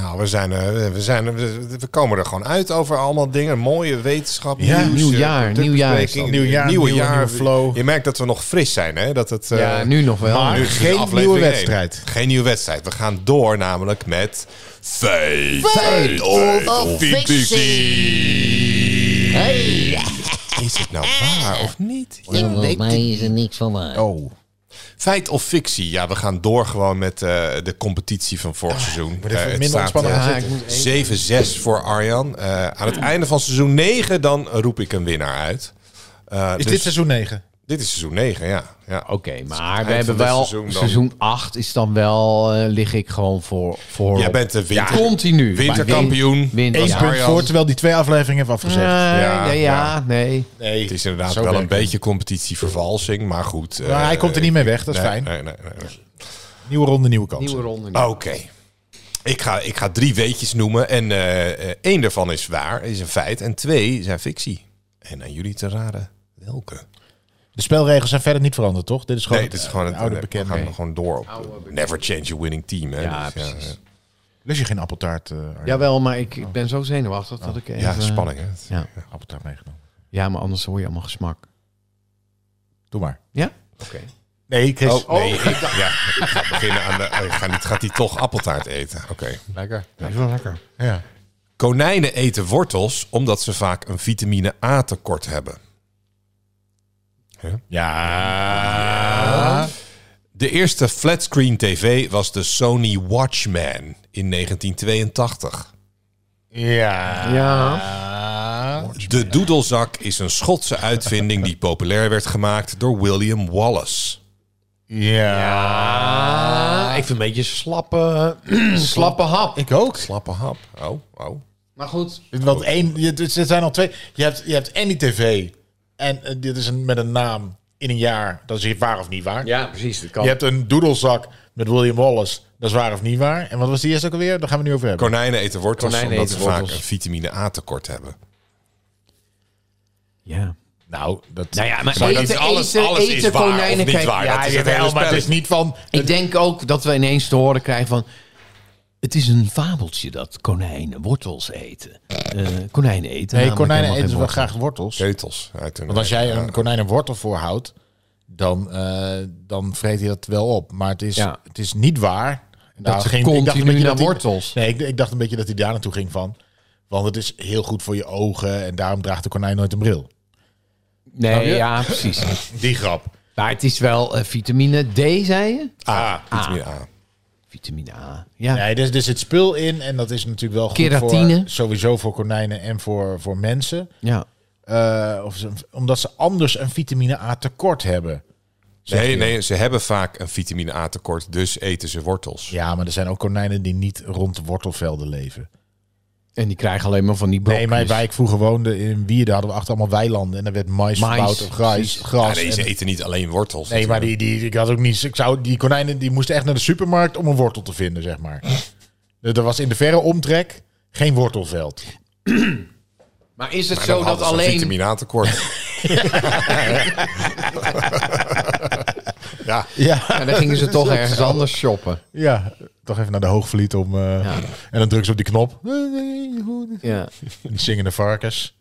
S2: nou, we, zijn, eh, we, zijn, we, we komen er gewoon uit over allemaal dingen. Mooie wetenschap,
S3: Ja,
S2: nieuws,
S4: nieuw
S2: eh,
S4: jaar,
S2: productbespreking,
S4: nieuw jaar is dat.
S2: nieuwe,
S3: Nieuw jaar, nieuwe-
S2: jaar.
S3: nieuwe flow.
S2: Je merkt dat we nog fris zijn, hè? Dat het, eh,
S4: Ja, nu nog wel.
S2: nu is het
S3: geen
S2: aflevering
S3: nieuwe
S2: één.
S3: wedstrijd.
S2: Geen nieuwe wedstrijd. We gaan door namelijk met... Feit, of fictie. Is het nou waar of niet?
S6: Volgens mij is er niks van waar.
S3: Oh.
S2: Feit of fictie? Ja, we gaan door gewoon met eh, de competitie van
S3: Ah,
S2: vorig seizoen.
S3: even
S2: Eh, het
S3: minder
S2: staat,
S3: ontspannen
S2: eh,
S4: gaan zitten.
S2: 7-6 voor Arjan. Eh, aan het einde van seizoen 9 dan roep ik een winnaar uit. Eh,
S3: Is
S2: dus
S3: dit seizoen 9?
S2: dit is seizoen 9, ja. ja.
S4: Oké, maar
S2: eind
S4: we hebben
S2: van dit
S4: wel
S2: seizoen
S4: seizoen,
S2: dan.
S4: 8 is dan wel eh, lig ik gewoon voor
S3: Oh.
S4: voor
S2: Jij
S4: op.
S2: bent de winter,
S4: continu
S2: winterkampioen.
S4: Win, win,
S3: Eén
S4: ja.
S3: punt
S2: Arjan.
S3: voor, terwijl die twee afleveringen heeft afgezegd.
S4: Nee,
S2: Ja,
S4: nee, ja, nee.
S3: nee.
S2: Het is inderdaad
S3: Zo
S2: wel een
S3: werkt het.
S2: beetje competitievervalsing, maar goed. eh,
S3: Maar hij komt er niet mee weg, dat is
S2: nee,
S3: fijn.
S2: nee, nee, nee, nee.
S3: Nieuwe ronde, nieuwe kansen.
S4: Nieuwe ronde.
S2: Oké. Ik, ga, ik ga drie weetjes noemen. En eh, eh, één daarvan is waar, is een feit. En twee zijn fictie. En aan jullie te raden welke.
S3: De spelregels zijn verder niet veranderd, toch? Dit is gewoon,
S2: Nee, dit is gewoon
S3: het
S2: het
S3: eh, oude
S2: We
S3: bekende.
S2: gaan er gewoon door op. Never change your winning team. Hè?
S4: Ja,
S2: Dus,
S4: precies.
S3: Lus je geen appeltaart? eh, Arjan?
S4: Jawel, maar ik, ik ben zo zenuwachtig dat ik even...
S2: eh, ja, spanning. Hè?
S4: Ja.
S3: Appeltaart meegenomen.
S4: ja, maar anders hoor je allemaal gesmak.
S3: Doe maar.
S4: Ja? Oké.
S3: Nee, Chris.
S2: Oh, nee. Ik, ja, ik ga beginnen aan de... oh, Ik ga niet, gaat hij toch appeltaart eten? Oké.
S3: Lekker. Ja. lekker. Ja.
S2: Konijnen eten wortels omdat ze vaak een vitamine A tekort hebben.
S3: Ja.
S2: De eerste flatscreen tv was de Sony Watchman in 1982.
S3: Ja.
S2: De doedelzak is een Schotse uitvinding die populair werd gemaakt door William Wallace.
S4: even een beetje slappe, slappe hap.
S3: Ik ook.
S2: Slappe hap. Oh, oh.
S4: Maar goed.
S3: Want één, je- dus er zijn al twee. Je hebt, je hebt en die tv. En eh, dit is een, met een naam in een jaar. Dat is waar of niet waar.
S4: Ja, precies. Dat kan.
S3: Je hebt een doedelzak met William Wallace. Dat is waar of niet waar. En wat was die eerste ook alweer? Daar gaan we nu over hebben.
S2: Konijnen eten wortels
S4: Konijnen
S2: omdat
S4: eten
S2: ze vaak
S4: wortels.
S2: een vitamine A tekort hebben.
S4: Ja.
S3: Nou, dat...
S4: Nou ja, maar,
S2: Maar dat
S4: eten,
S2: is alles-
S4: eten,
S2: alles is
S4: eten,
S2: waar of
S4: konijnen,
S2: niet
S4: kijk,
S2: waar.
S3: ja,
S2: dat is
S3: jawel,
S2: het hele
S3: maar het
S4: dus-
S3: is
S2: spelletje.
S3: niet van...
S4: Ik denk ook dat we ineens te horen krijgen van... Het is een fabeltje dat konijnen wortels eten. Eh, konijnen eten
S3: Nee,
S4: namelijk
S3: konijnen
S4: helemaal geen
S3: eten wel
S4: wortels.
S3: graag wortels.
S2: Keutels. Uit een,
S3: Want als jij
S2: ja.
S3: een konijn een wortel voorhoudt, dan, eh, dan vreet hij dat wel op. Maar het is,
S4: Ja.
S3: het is niet waar. Nou,
S4: ze
S3: ik dacht een
S4: continu
S3: beetje
S4: naar
S3: dat hij-
S4: wortels.
S3: nee, ik, ik dacht een beetje dat hij daar naartoe ging van. Want het is heel goed voor je ogen en daarom draagt de konijn nooit een bril.
S4: Nee, ja, precies.
S3: Die grap.
S4: Maar het is wel eh, vitamine D, zei je?
S2: A. Vitamine A.
S4: Vitamine A. Ja,
S3: Nee, dus er zit spul in en dat is natuurlijk wel goed
S4: Keratine.
S3: voor eh, sowieso voor konijnen en voor, voor mensen.
S4: ja.
S3: Eh, of ze, omdat ze anders een vitamine A tekort hebben. Zeg
S2: Nee,
S3: je.
S2: nee, ze hebben vaak een vitamine A tekort, dus eten ze wortels.
S3: Ja, maar er zijn ook konijnen die niet rond wortelvelden leven.
S4: En die krijgen alleen maar van die
S3: Nee,
S4: brokjes.
S3: mijn wijk vroeger woonde in Wierden. Hadden we achter allemaal weilanden. En daar werd mais,
S4: Mais,
S3: verbouwd of gras.
S4: precies.
S2: Ja,
S3: gras
S2: nee,
S3: en-
S2: ze eten niet alleen wortels.
S3: nee, maar die, die, ik had ook niet. Ik zou, die konijnen die moesten echt naar de supermarkt om een wortel te vinden, zeg maar. Eh, Er was in de verre omtrek geen wortelveld.
S4: Maar is het
S2: Maar dan
S4: zo dat
S2: hadden ze een
S4: alleen...
S2: vitamine A tekort. ja.
S3: Ja,
S4: Ja, dan gingen ze toch ergens anders shoppen.
S3: ja. Toch even naar de hoogvliet om. eh,
S4: Ja.
S3: En dan drukken ze op die knop. Eh,
S4: Ja.
S3: Die zingende varkens.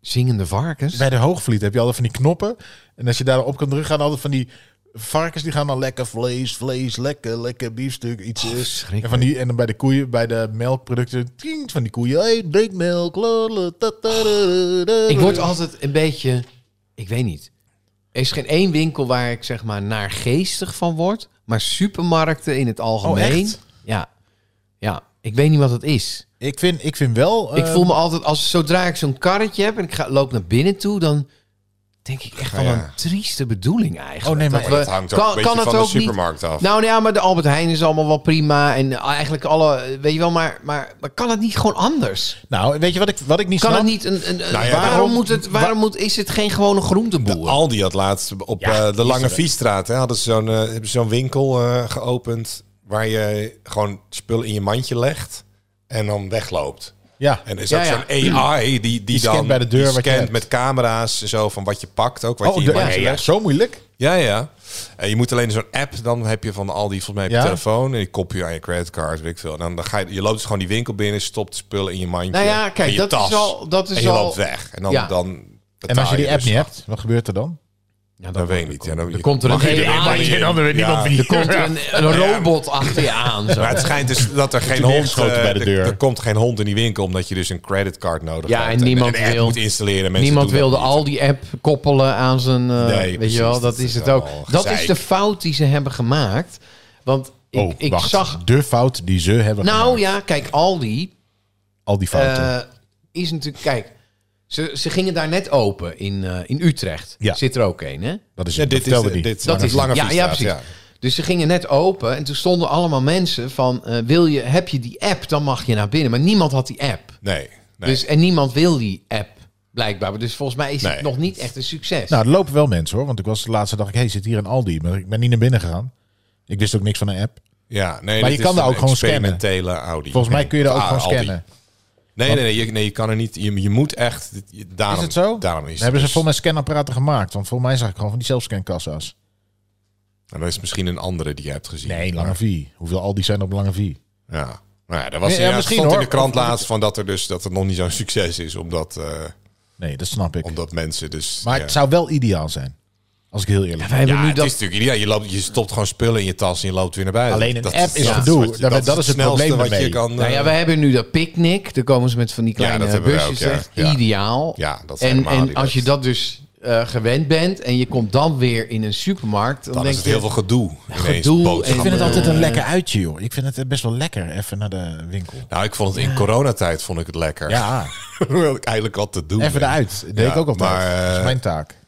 S4: Zingende varkens?
S3: Bij de hoogvliet heb je altijd van die knoppen. En als je daarop kan drukken, gaan altijd van die. Varkens die gaan dan lekker vlees, vlees, lekker, lekker biefstuk, iets
S4: Oh,
S3: is.
S4: Schrik.
S3: En, van die, en dan bij de koeien, bij de melkproducten, tjing, van die koeien. Hey, drink melk. lala, ta, ta, da, da, da.
S4: Ik word altijd een beetje... Ik weet niet. Er is geen één winkel waar ik zeg maar naargeestig van word. Maar supermarkten in
S2: Oh,
S4: het algemeen.
S3: echt?
S4: Ja. Ja. Ik weet niet wat het is.
S3: Ik vind, ik vind wel...
S4: ik
S3: eh,
S2: Ehm.
S4: voel me altijd... Als, zodra ik zo'n karretje heb en ik ga, loop naar binnen toe, dan... denk ik echt
S2: Nou
S4: wel
S2: ja.
S4: een trieste bedoeling eigenlijk.
S3: Oh, nee, maar
S2: dat hangt ook een beetje van de
S4: ook niet-
S2: supermarkt af.
S4: Nou ja, maar de Albert Heijn is allemaal wel prima. En eh, eigenlijk alle, weet je wel, maar, maar, maar kan het niet gewoon anders?
S3: Nou, weet je wat ik, wat ik niet
S4: Kan
S3: snap?
S4: het niet een... een, een-
S2: Nou ja,
S4: waarom
S2: waarom-
S4: moet het, waarom moet, is het geen gewone groenteboer?
S2: Aldi had laatst op
S3: Ja,
S2: eh, de
S3: gisteren.
S2: Lange Viesstraat hè, hadden ze zo'n, eh, hebben ze zo'n winkel eh, geopend waar je gewoon spul in je mandje legt en dan wegloopt.
S3: Ja.
S2: En er is
S4: Ja,
S2: ook
S4: ja.
S2: zo'n AI die, die,
S3: scant
S2: dan
S3: bij de deur
S2: die
S3: wat je
S2: scant
S3: hebt.
S2: met camera's en zo van wat je pakt, ook wat
S3: Oh,
S2: je in
S3: de-
S2: je mandje
S3: ja,
S2: legt.
S3: zo moeilijk.
S2: Ja, ja. En je moet alleen zo'n app, dan heb je van Aldi volgens mij op je
S3: Ja.
S2: telefoon. En die kop je aan je creditcard, weet ik veel. En dan, dan ga je, je loopt dus gewoon die winkel binnen, stopt spullen in je mandje.
S4: Nou ja, kijk,
S2: en je
S4: dat is
S2: tas.
S4: al- dat is
S2: en je
S4: al-
S2: loopt weg. En dan,
S4: Ja.
S2: dan
S3: En
S2: betaal
S3: als je die app
S2: dus
S3: niet
S2: wat.
S3: hebt, wat gebeurt er dan?
S2: Ja, dat weet ik niet. Ja, dan, je-
S4: komt er een
S2: mag je
S4: hele
S2: erin,
S4: AI
S2: maar je-
S3: in, dan weet
S2: ja.
S3: niemand wie.
S4: Er komt een, een robot achter je aan. Zo.
S2: Maar het schijnt dus dat er geen
S3: Toen
S2: hond...
S3: neergeschoten
S2: eh,
S3: bij de
S2: er-
S3: deur.
S2: Er komt geen hond in die winkel, omdat je dus een creditcard nodig
S4: Ja,
S2: hebt.
S4: en niemand
S2: een app
S4: wil-
S2: moet installeren. Mensen
S4: Niemand
S2: doen dat
S4: wilde
S2: niet.
S4: al die app koppelen aan zijn. eh,
S2: Nee,
S4: weet
S2: precies,
S4: je wel,
S2: dat
S4: dat is
S2: is
S4: het ook.
S2: allemaal
S4: Dat
S2: gezeik.
S4: is de fout die ze hebben gemaakt. Want ik,
S3: oh,
S4: ik
S3: wacht.
S4: zag.
S3: De fout die ze hebben
S4: Nou
S3: gemaakt.
S4: ja, kijk, Aldi
S3: Al die fouten.
S4: eh, is natuurlijk. Kijk, ze, ze gingen daar net open in, eh, in Utrecht.
S3: Ja.
S4: Zit er ook een, hè?
S3: dat is
S2: Ja, dit is,
S3: vertelde die.
S2: dit, dit
S4: Dat is
S2: lange
S4: ja, ja,
S2: Vierstraat,
S4: precies. Dus ze gingen net open en toen stonden allemaal mensen van: eh, wil je, heb je die app? Dan mag je naar binnen. Maar niemand had die app.
S2: Nee, nee.
S4: Dus, en niemand wil die app, blijkbaar. Dus volgens mij is
S2: Nee.
S4: het nog niet echt een succes.
S3: Nou, er lopen wel mensen hoor. Want ik was de laatste dag, ik, hey, zit hier een Aldi. Maar ik ben niet naar binnen gegaan. Ik wist ook niks van een app.
S2: ja, nee,
S3: Maar
S2: dit
S3: je kan
S2: is
S3: daar
S2: een
S3: ook gewoon scannen.
S2: experimentele Audi.
S3: Volgens mij kun je daar ook
S2: Ah,
S3: gewoon
S2: Aldi.
S3: scannen.
S2: Nee, nee, nee, je, nee, je kan er niet. Je, je moet echt. je- Daarom,
S3: is het zo?
S2: Daarom is
S3: hebben ze
S2: dus-
S3: volgens mij scanapparaten gemaakt. Want volgens mij zag ik gewoon van die zelfscankassa's.
S2: Nou, dat is misschien een andere die je hebt gezien.
S3: Nee, Lange V. Hoeveel Aldi zijn er op Lange V?
S2: Ja. Nou ja, dat was
S3: Nee, ja,
S2: inderdaad-
S3: misschien,
S2: stond in
S3: hoor.
S2: de krant
S3: Of- of-
S2: laatst van dat er dus dat het nog niet zo'n succes is, omdat, eh,
S3: Nee, dat snap ik.
S2: omdat mensen dus.
S3: Maar
S2: ja.
S3: het zou wel ideaal zijn. Als ik heel eerlijk ben.
S4: Wij hebben
S2: Ja,
S4: nu
S2: het
S4: dat
S2: is natuurlijk ideaal. Je, loopt, je stopt gewoon spullen in je tas en je loopt weer naar buiten.
S3: Alleen een
S2: Dat
S3: app is
S2: dat
S3: gedoe.
S2: wat je-
S3: Dat- dat is het
S2: snelste
S3: probleem
S2: wat je
S3: ermee.
S2: kan.
S4: Nou ja,
S2: eh,
S4: we hebben nu dat picknick. Daar komen ze met van die kleine
S2: dat hebben we
S4: busjes.
S2: ook, ja.
S4: echt
S2: Ja.
S4: Ideaal.
S2: Ja, dat is
S4: en
S2: helemaal
S4: en
S2: niet
S4: als je
S2: leuk.
S4: dat dus eh, gewend bent en je komt dan weer in een supermarkt, dan,
S2: dan
S4: denk
S2: is het
S4: je,
S2: heel veel gedoe. ineens,
S4: gedoe en-
S2: boodschappen.
S3: Ik vind het
S4: Eh,
S3: altijd een lekker uitje, joh. Ik vind het eh, best wel lekker, even naar de winkel.
S2: Nou, ik vond het in coronatijd vond ik het lekker.
S3: Ja,
S2: Hoewel ik eigenlijk wat te doen.
S3: even
S2: heb.
S3: eruit. Dat deed
S2: Ja,
S3: ik ook altijd.
S2: maar, eh,
S3: dat is mijn taak.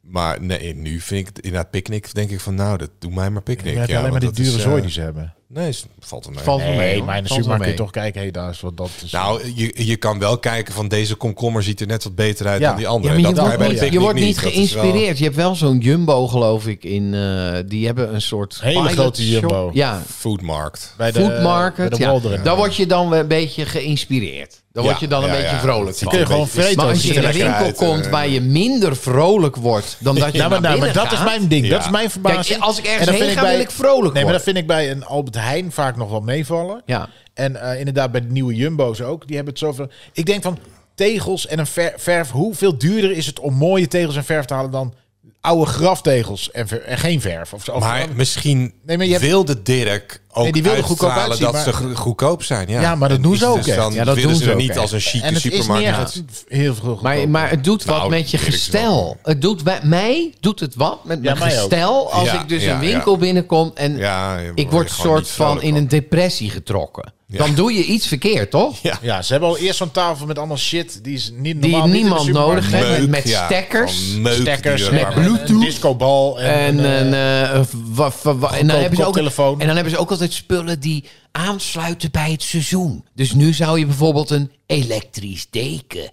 S2: Maar nee, nu vind ik het inderdaad picknick. Denk ik van, nou, dat doe mij maar
S3: Ik
S2: picknick.
S3: heb
S2: ja,
S3: alleen maar
S2: want
S3: die
S2: dat is,
S3: dure
S2: eh,
S3: zooi die ze hebben.
S2: Nee, is- valt wel mee.
S4: valt wel mee,
S3: Nee,
S4: hoor.
S3: maar in de
S4: Valt wel
S3: supermarkt kun
S4: mee.
S3: je toch kijken, hé, daar is wat dat is.
S2: Nou, je, je kan wel kijken van deze komkommer ziet er net wat beter uit
S3: Ja.
S2: dan die andere.
S4: Ja, maar
S2: Dat
S4: je,
S2: kan
S4: wordt
S2: bij de
S4: niet, je
S2: picknick
S4: wordt niet
S2: Dat is wel-
S4: geïnspireerd. Je hebt wel zo'n Jumbo, geloof ik, in. eh, die hebben een soort
S3: Hele
S4: pilot
S3: grote
S4: shop.
S3: Jumbo.
S4: Ja,
S2: Foodmarkt.
S3: bij
S4: food market.
S3: bij de
S4: ja.
S3: Walderen.
S4: Daar word je dan wel een beetje geïnspireerd. Daar word je dan een beetje vrolijk
S2: Je
S4: van.
S3: kun je gewoon vreten.
S4: Maar als je
S3: Ziet
S4: in
S3: er
S4: een
S2: lekker
S4: winkel
S2: uit,
S4: komt
S2: eh.
S4: waar je minder vrolijk wordt dan dat je
S3: nou, maar,
S4: naar
S3: nou, maar
S4: binnen
S3: dat is
S4: gaat,
S3: mijn ding. Dat
S2: Ja.
S3: is mijn verbazing.
S4: Kijk, als ik ergens
S3: En dat
S4: heen
S3: vind
S4: ga, wil ik vrolijk
S3: Nee, maar
S4: worden.
S3: dat vind ik bij een Albert Heijn vaak nog wel meevallen.
S4: Ja.
S3: En eh, inderdaad bij de nieuwe Jumbo's ook. Die hebben het zoveel... Ik denk van tegels en een ver- verf. Hoeveel duurder is het om mooie tegels en verf te halen dan oude graftegels en, ver- en geen verf? Of zo. Of-
S2: Maar misschien
S3: Nee, maar je hebt-
S2: wilde Dirk ook
S3: Nee, die wilde goedkoop
S2: uitstralen
S3: uitzien,
S2: dat
S3: maar-
S2: ze go- goedkoop zijn. Ja,
S3: Ja, maar dat
S2: En
S3: doen
S2: is
S3: ze
S2: het
S3: ook
S2: dus
S3: echt.
S2: Dan
S4: Ja, dat
S2: willen
S4: doen
S2: ze
S4: ze
S2: er
S4: ook
S2: niet
S4: echt.
S2: als een
S3: en
S2: chique
S3: het is
S2: supermarkt.
S3: niet
S2: uit.
S3: echt heel veel
S4: Maar,
S3: goedkoper.
S4: maar het doet wat
S2: Nou,
S4: met je
S2: ik weet het
S4: gestel. Het doet wij- mij doet het wat met
S3: Ja,
S4: mijn
S3: mij ook.
S4: gestel. Als
S2: Ja,
S4: ik dus
S2: ja,
S4: een winkel
S2: ja.
S4: binnenkom en
S2: Ja, je
S4: ik
S2: wordt
S4: word
S2: er
S4: een
S2: gewoon
S4: soort
S2: niet
S4: van
S2: vrolijk
S4: in een depressie getrokken. Dan doe je iets verkeerd, toch?
S2: Ja.
S3: Ja, ze hebben al eerst zo'n tafel met allemaal shit die is niet
S4: Die
S3: normaal.
S4: niemand nodig heeft.
S2: Meuk,
S4: Met, met
S2: ja.
S4: stekkers.
S2: Van meuk die
S3: Stekkers,
S2: er
S3: met
S2: maar-
S3: Bluetooth, een discobal en,
S4: En,
S3: en,
S4: een, eh, wa- wa- wa- en, dan hebben ze ook,
S3: koptelefoon.
S4: en dan hebben ze ook altijd spullen die aansluiten bij het seizoen. Dus nu zou je bijvoorbeeld een elektrisch deken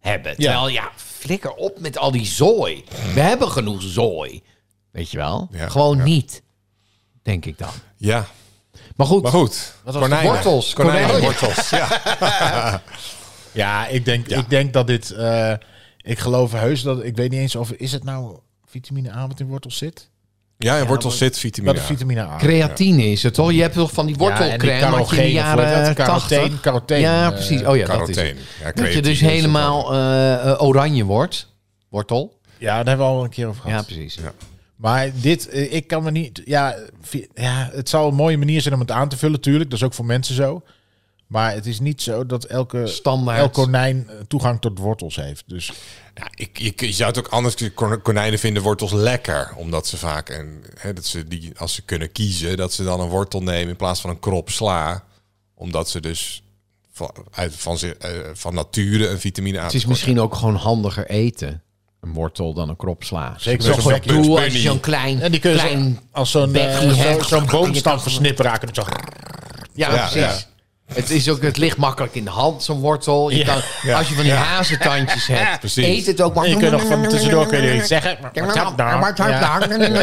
S4: hebben. Terwijl, ja, flikker op met al die zooi. We hebben genoeg zooi. Weet je wel?
S2: Ja,
S4: Gewoon
S2: ja.
S4: niet, denk ik dan.
S2: Ja,
S4: Maar goed,
S2: maar goed.
S3: was het?
S2: Konijnen.
S4: Wortels,
S2: Konijnen,
S4: konijnen.
S2: wortels. Ja.
S3: Ja, ik denk, ik denk dat dit. eh, ik geloof heus dat. Ik weet niet eens of. Is het nou vitamine A wat in wortels zit?
S2: Ja, en wortels zit
S3: Dat
S2: vitamine
S3: is
S2: A.
S3: vitamine A.
S4: creatine is het, toch? Je hebt toch van die wortelcrème
S3: en die
S4: had je in de
S3: carotene, voor je
S4: jaren
S3: dat, carotene,
S4: 80.
S3: carotene,
S4: ja,
S3: eh,
S4: precies. Oh ja, dat is het.
S2: Carotene. Ja,
S4: Dat je
S2: creatine
S4: dus
S2: is ook
S4: helemaal eh, eh, oranje wordt. Wortel.
S3: Ja, daar hebben we al een keer over
S4: Ja,
S3: gehad.
S4: precies.
S3: maar dit, eh, ik kan me niet. Ja, vi- ja, het zal een mooie manier zijn om het aan te vullen, tuurlijk. Dat is ook voor mensen zo. Maar het is niet zo dat elke,
S4: Standaard.
S3: elk konijn eh, toegang tot wortels heeft. Dus
S2: Ja, ik, ik, je zou het ook anders kon- konijnen vinden wortels lekker, omdat ze vaak en hè, dat ze die als ze kunnen kiezen dat ze dan een wortel nemen in plaats van een krop sla, omdat ze dus van, uit, van, ze- eh, van nature een vitamine A.
S4: Het is misschien ook gewoon handiger eten. een wortel dan een krop sla.
S3: Zeker
S4: Dat
S3: met
S4: is
S3: zo'n
S4: toch wat ik bedoel
S3: backpunch
S4: als je zo'n klein,
S3: En die kun je
S4: klein
S3: zo- als zo'n eh,
S4: Bergie, hè?
S3: zo- zo'n boomstam versnippen raken. Het zo.
S4: Ja,
S2: Ja,
S4: precies. Het, is ook, het ligt makkelijk in de hand, zo'n wortel. Je kan, Als je van die hazentandjes hebt,
S2: Precies.
S4: eet het ook maar.
S3: En je kunt nog van tussendoor kun je er iets zeggen. Wat heb je nou? Ja.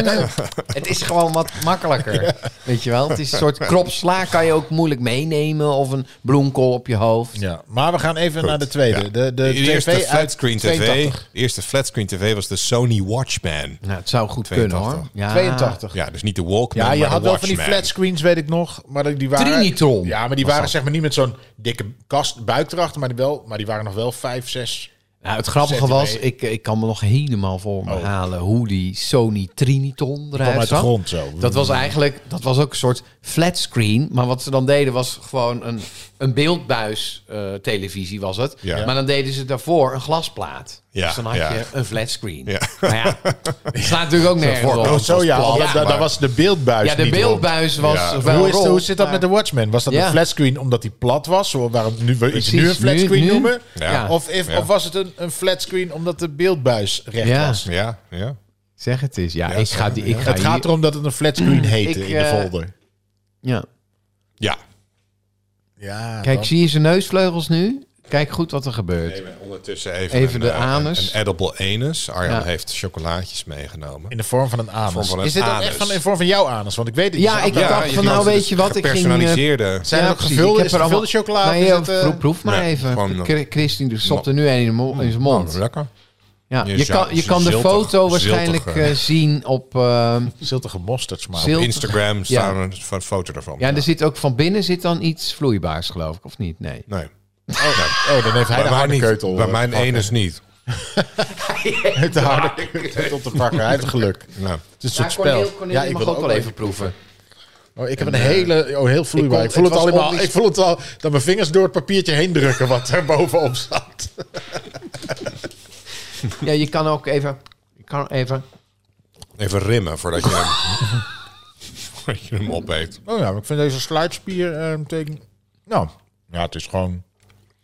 S4: Het is gewoon wat makkelijker. Weet je wel? Het is een soort kropsla kan je ook moeilijk meenemen. Of een bloemkool op je hoofd.
S3: Ja, maar we gaan even naar de tweede.
S2: ja.
S3: De, de,
S2: De,
S3: TV
S2: eerste
S3: uit
S2: flatscreen TV.
S3: 82.
S2: De eerste flatscreen TV was de Sony Watchman.
S4: Nou, het zou goed
S2: 82.
S4: kunnen hoor. Ja.
S3: 82. Ja.
S2: Ja, dus niet de Walkman,
S3: je
S2: maar
S3: had
S2: de
S3: wel van die
S2: Watchman.
S3: flatscreens, weet ik nog. Maar die waren,
S4: Trinitron.
S3: Ja, maar die waren zeg maar niet met zo'n dikke kast buik erachter. Maar die, wel, maar die waren nog wel 5, 6.
S4: Nou, het grappige
S3: Zet
S4: was,
S3: mee. Oh.
S4: ik, ik kan me nog helemaal voor me halen hoe die Sony Triniton eruit
S3: uit de
S4: zag.
S3: grond zo.
S4: Dat was eigenlijk, dat was ook een soort flatscreen. Maar wat ze dan deden was gewoon een, een beeldbuis eh, televisie was het.
S2: Ja.
S4: Maar dan deden ze daarvoor een glasplaat.
S2: Ja,
S4: dus dan had
S2: ja.
S4: je een flatscreen.
S2: Ja.
S4: Maar ja, het slaat natuurlijk ook nergens op.
S3: Oh, zo ja. want dat-
S4: ja,
S3: dat- Dat was de beeldbuis
S4: ja, de
S3: niet
S4: beeldbuis was
S2: Ja.
S3: rond.
S4: wel
S3: Hoe, is,
S4: rond,
S3: hoe zit dat
S4: maar-
S3: met de Watchmen? Was dat
S4: Ja.
S3: een flatscreen omdat die plat was? Zo- Waarom nu, we iets
S4: Precies,
S3: nu een
S4: nu-
S3: flatscreen
S4: nu?
S3: noemen?
S4: Ja.
S3: Of, if-
S2: Ja.
S3: of was het een, een flatscreen omdat de beeldbuis recht
S4: Ja.
S3: was?
S2: Ja, ja.
S4: Zeg het eens. Ja,
S2: Ja,
S4: ik ga die... Ik ga
S3: Het gaat
S4: hier-
S3: erom dat het een flatscreen heette
S4: Ik,
S3: in de
S4: eh,
S3: folder.
S4: Ja.
S2: Ja.
S3: Ja,
S4: Kijk, zie je zijn neusvleugels nu? Kijk goed wat er gebeurt.
S2: Even ondertussen even,
S4: Even de
S2: eh,
S4: anus.
S2: Een edible anus. Arjan
S4: Ja.
S2: heeft chocolaatjes meegenomen.
S3: in de vorm van een
S2: vorm
S3: anus.
S2: van een
S3: is dit dan
S2: anus.
S3: echt van, in vorm van jouw anus? Want ik weet het
S4: Ja,
S3: is
S4: ik-
S3: aan-
S4: dacht van,
S2: die
S4: nou,
S2: was
S4: weet je wat, ik ging, eh,
S2: Gepersonaliseerde.
S3: Zijn er ook
S4: precies.
S3: gevulde?
S4: Ik heb
S3: Is er
S4: allemaal-
S3: gevulde chocolade?
S4: Nee,
S3: Is het, eh,
S4: proef, proef maar
S2: Nee,
S4: even.
S2: gewoon-
S4: Chri- Christine die stopt er nu een in, de mond, in zijn mond.
S2: Oh, lekker.
S4: Ja,
S2: Je
S4: je,
S2: zou-
S4: kan, je kan de
S2: ziltig-
S4: foto waarschijnlijk
S2: ziltig, eh.
S4: eh, zien op... eh,
S3: Ziltige mosterd smaak.
S4: Zil-
S2: Op
S4: Filter.
S2: Instagram
S4: Ja.
S2: staan een f- foto daarvan.
S4: ja, dus- er zit ook van binnen zit dan iets vloeibaars, geloof ik, of niet? Nee.
S2: Nee.
S3: Oh, dan heeft hij
S2: Bij
S3: de
S2: mij
S3: harde
S2: niet.
S3: keutel.
S2: Bij
S3: eh,
S2: mijn
S3: pakken.
S2: anus niet.
S3: Hij heeft de harde keutel te pakken. Hij heeft geluk.
S2: Nou.
S3: Het is een soort spel.
S4: ja, ik mag
S3: wil
S4: ook wel even proeven.
S3: Oh, ik heb een hele... Oh, heel vloeibaar.
S4: kon-
S3: Ik voel het,
S4: het was
S3: allemaal.
S4: onbes-
S3: Ik voel het al dat mijn vingers door het papiertje heen drukken wat er bovenop staat.
S4: Ja, je kan ook even... Je kan even
S2: Even rimmen voordat je hem, voordat je hem opeet.
S3: Oh ja, maar ik vind deze sluitspier eh, teken... Nou, ja, het is gewoon...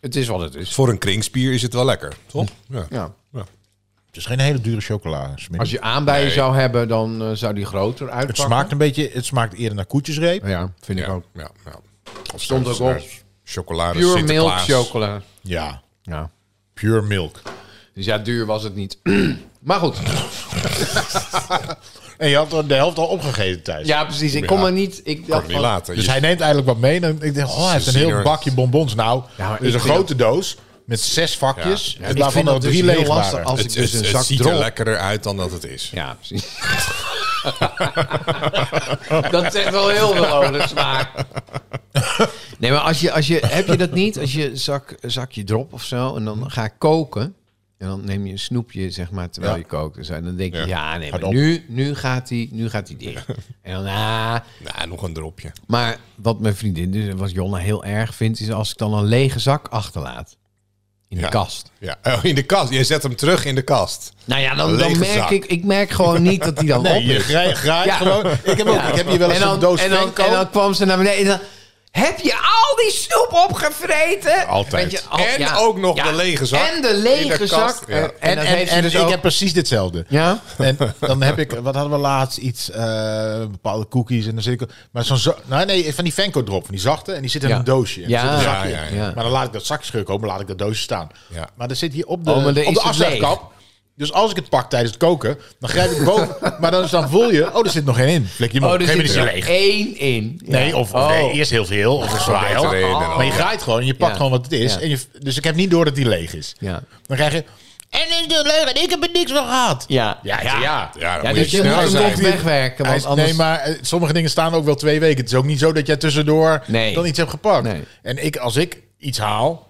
S4: het is wat het is.
S2: Voor een kringspier is het wel lekker, toch? Ja.
S4: Ja.
S3: Het is geen hele dure chocola. Smitty.
S4: Als je aanbijen zou hebben, dan eh, zou die groter
S3: Het
S4: uitpakken.
S3: smaakt een beetje... Het smaakt eerder naar koetjesreep.
S4: Ja, vind ik
S2: Ja,
S4: ook.
S2: ja, ja. Of
S4: Stond
S2: zelfs
S4: ook
S2: naar
S4: op.
S2: Chocolade
S4: Pure milk
S2: Sinterklaas.
S4: chocola.
S3: Ja,
S4: Ja.
S3: pure milk.
S4: Dus ja, duur was het niet. maar goed.
S3: En je had er de helft al opgegeten thuis.
S4: Ja, precies. Ik kon er niet... Ik
S2: Kan
S4: dacht
S2: het niet
S4: van-
S2: laten.
S3: Dus
S2: Je-
S3: hij neemt eigenlijk wat mee. En ik denk, oh, hij heeft een
S2: Ze
S3: heel
S2: zien er-
S3: bakje bonbons. Nou,
S4: Ja, maar
S3: dus
S4: ik
S3: een
S4: vind
S3: grote doos met zes vakjes.
S2: Ja.
S3: En
S4: ik
S3: daarvan
S4: vind
S3: al
S4: dat dus
S3: drie
S4: heel
S3: leeg
S4: lastig
S3: waren.
S4: als-
S2: het,
S4: ik dus
S2: het-
S4: een
S2: het
S4: zak
S2: ziet er
S4: drop-
S2: lekkerder uit dan dat het is.
S4: Ja, precies. dat zegt wel heel veel over de smaak. Nee, maar als je, als je, heb je dat niet? Als je zak, zakje drop of zo en dan ga ik koken... En dan neem je een snoepje, zeg maar, terwijl
S3: Ja.
S4: je kookt. en zo. En dan denk je,
S2: Ja.
S4: ja, nee,
S3: Gaat
S4: maar
S3: op.
S4: nu, nu gaat die, nu gaat die dicht. En dan, ah,
S2: Nou, nog een dropje.
S4: Maar wat mijn vriendin, dus wat Jonna heel erg vindt, is als ik dan een lege zak achterlaat. In de
S2: Ja.
S4: kast.
S2: Ja. Oh, in de kast. Je zet hem terug in de kast.
S4: Nou ja, dan,
S2: Een
S4: dan
S2: lege
S4: merk
S2: zak.
S4: ik, ik merk gewoon niet dat die dan op
S3: Nee, je
S4: is.
S3: graait, graait
S4: Ja.
S3: gewoon. Ik heb, ook, ik heb hier wel eens
S4: En dan,
S3: een doos
S4: en, dan,
S3: Venko.
S4: en dan kwam ze naar beneden en dan, heb je al die snoep opgevreten?
S2: Altijd.
S4: Weet je, al-
S2: En
S4: ja.
S2: ook nog
S4: Ja.
S2: de lege zak.
S4: En de
S2: In
S4: lege
S2: de kast,
S4: zak.
S2: ja.
S4: En, en,
S3: En,
S4: dat
S3: en,
S4: heeft ze
S3: en
S4: dus
S3: ik
S4: ook-
S3: heb precies ditzelfde.
S4: Ja?
S3: En dan heb ik, wat hadden we laatst? Iets, eh, bepaalde cookies en dan zit ik. Maar zo'n. za- Nou nee, van die Venko drop, van die zachte. En die zit in
S4: Ja.
S3: een doosje. En er
S4: Ja.
S3: zit een
S4: Ja,
S3: zakje
S2: ja,
S3: in.
S4: ja.
S3: Maar dan laat ik dat zakje scheuren komen, laat ik dat doosje staan.
S2: Ja.
S3: Maar er zit hier op de,
S4: Oh, maar dan
S3: op
S4: is
S3: de
S4: het
S3: afzuigkap. Dus als ik het pak tijdens het koken, dan grijp ik boven. maar dan, is- dan voel je, oh, er zit nog geen in. Flik je hem
S4: Oh,
S3: op.
S4: er
S3: Geen
S4: zit
S3: is hij
S4: er
S3: leeg.
S4: één in. Ja.
S3: Nee, of, of
S4: Oh.
S3: nee, eerst heel veel. Of een zwaai.
S2: beter één en dan-
S3: Maar je graait gewoon en je pakt
S4: Ja.
S3: gewoon wat het is.
S4: Ja.
S3: En je, dus ik heb niet door dat die leeg is.
S4: Ja.
S3: Dan krijg je. En is het leeg en ik heb er niks van gehad.
S4: Ja.
S3: Ja, ja. ja. nou
S2: Ja, dan
S4: Ja,
S2: moet
S4: dus
S2: je
S4: je moet hem
S2: sneller zijn.
S4: nog wegwerken,
S3: Hij
S4: want
S3: is-
S4: anders...
S3: Nee, maar eh, sommige dingen staan ook wel twee weken. Het is ook niet zo dat jij tussendoor
S4: Nee.
S3: dan iets hebt gepakt.
S4: Nee.
S3: En ik, als ik iets haal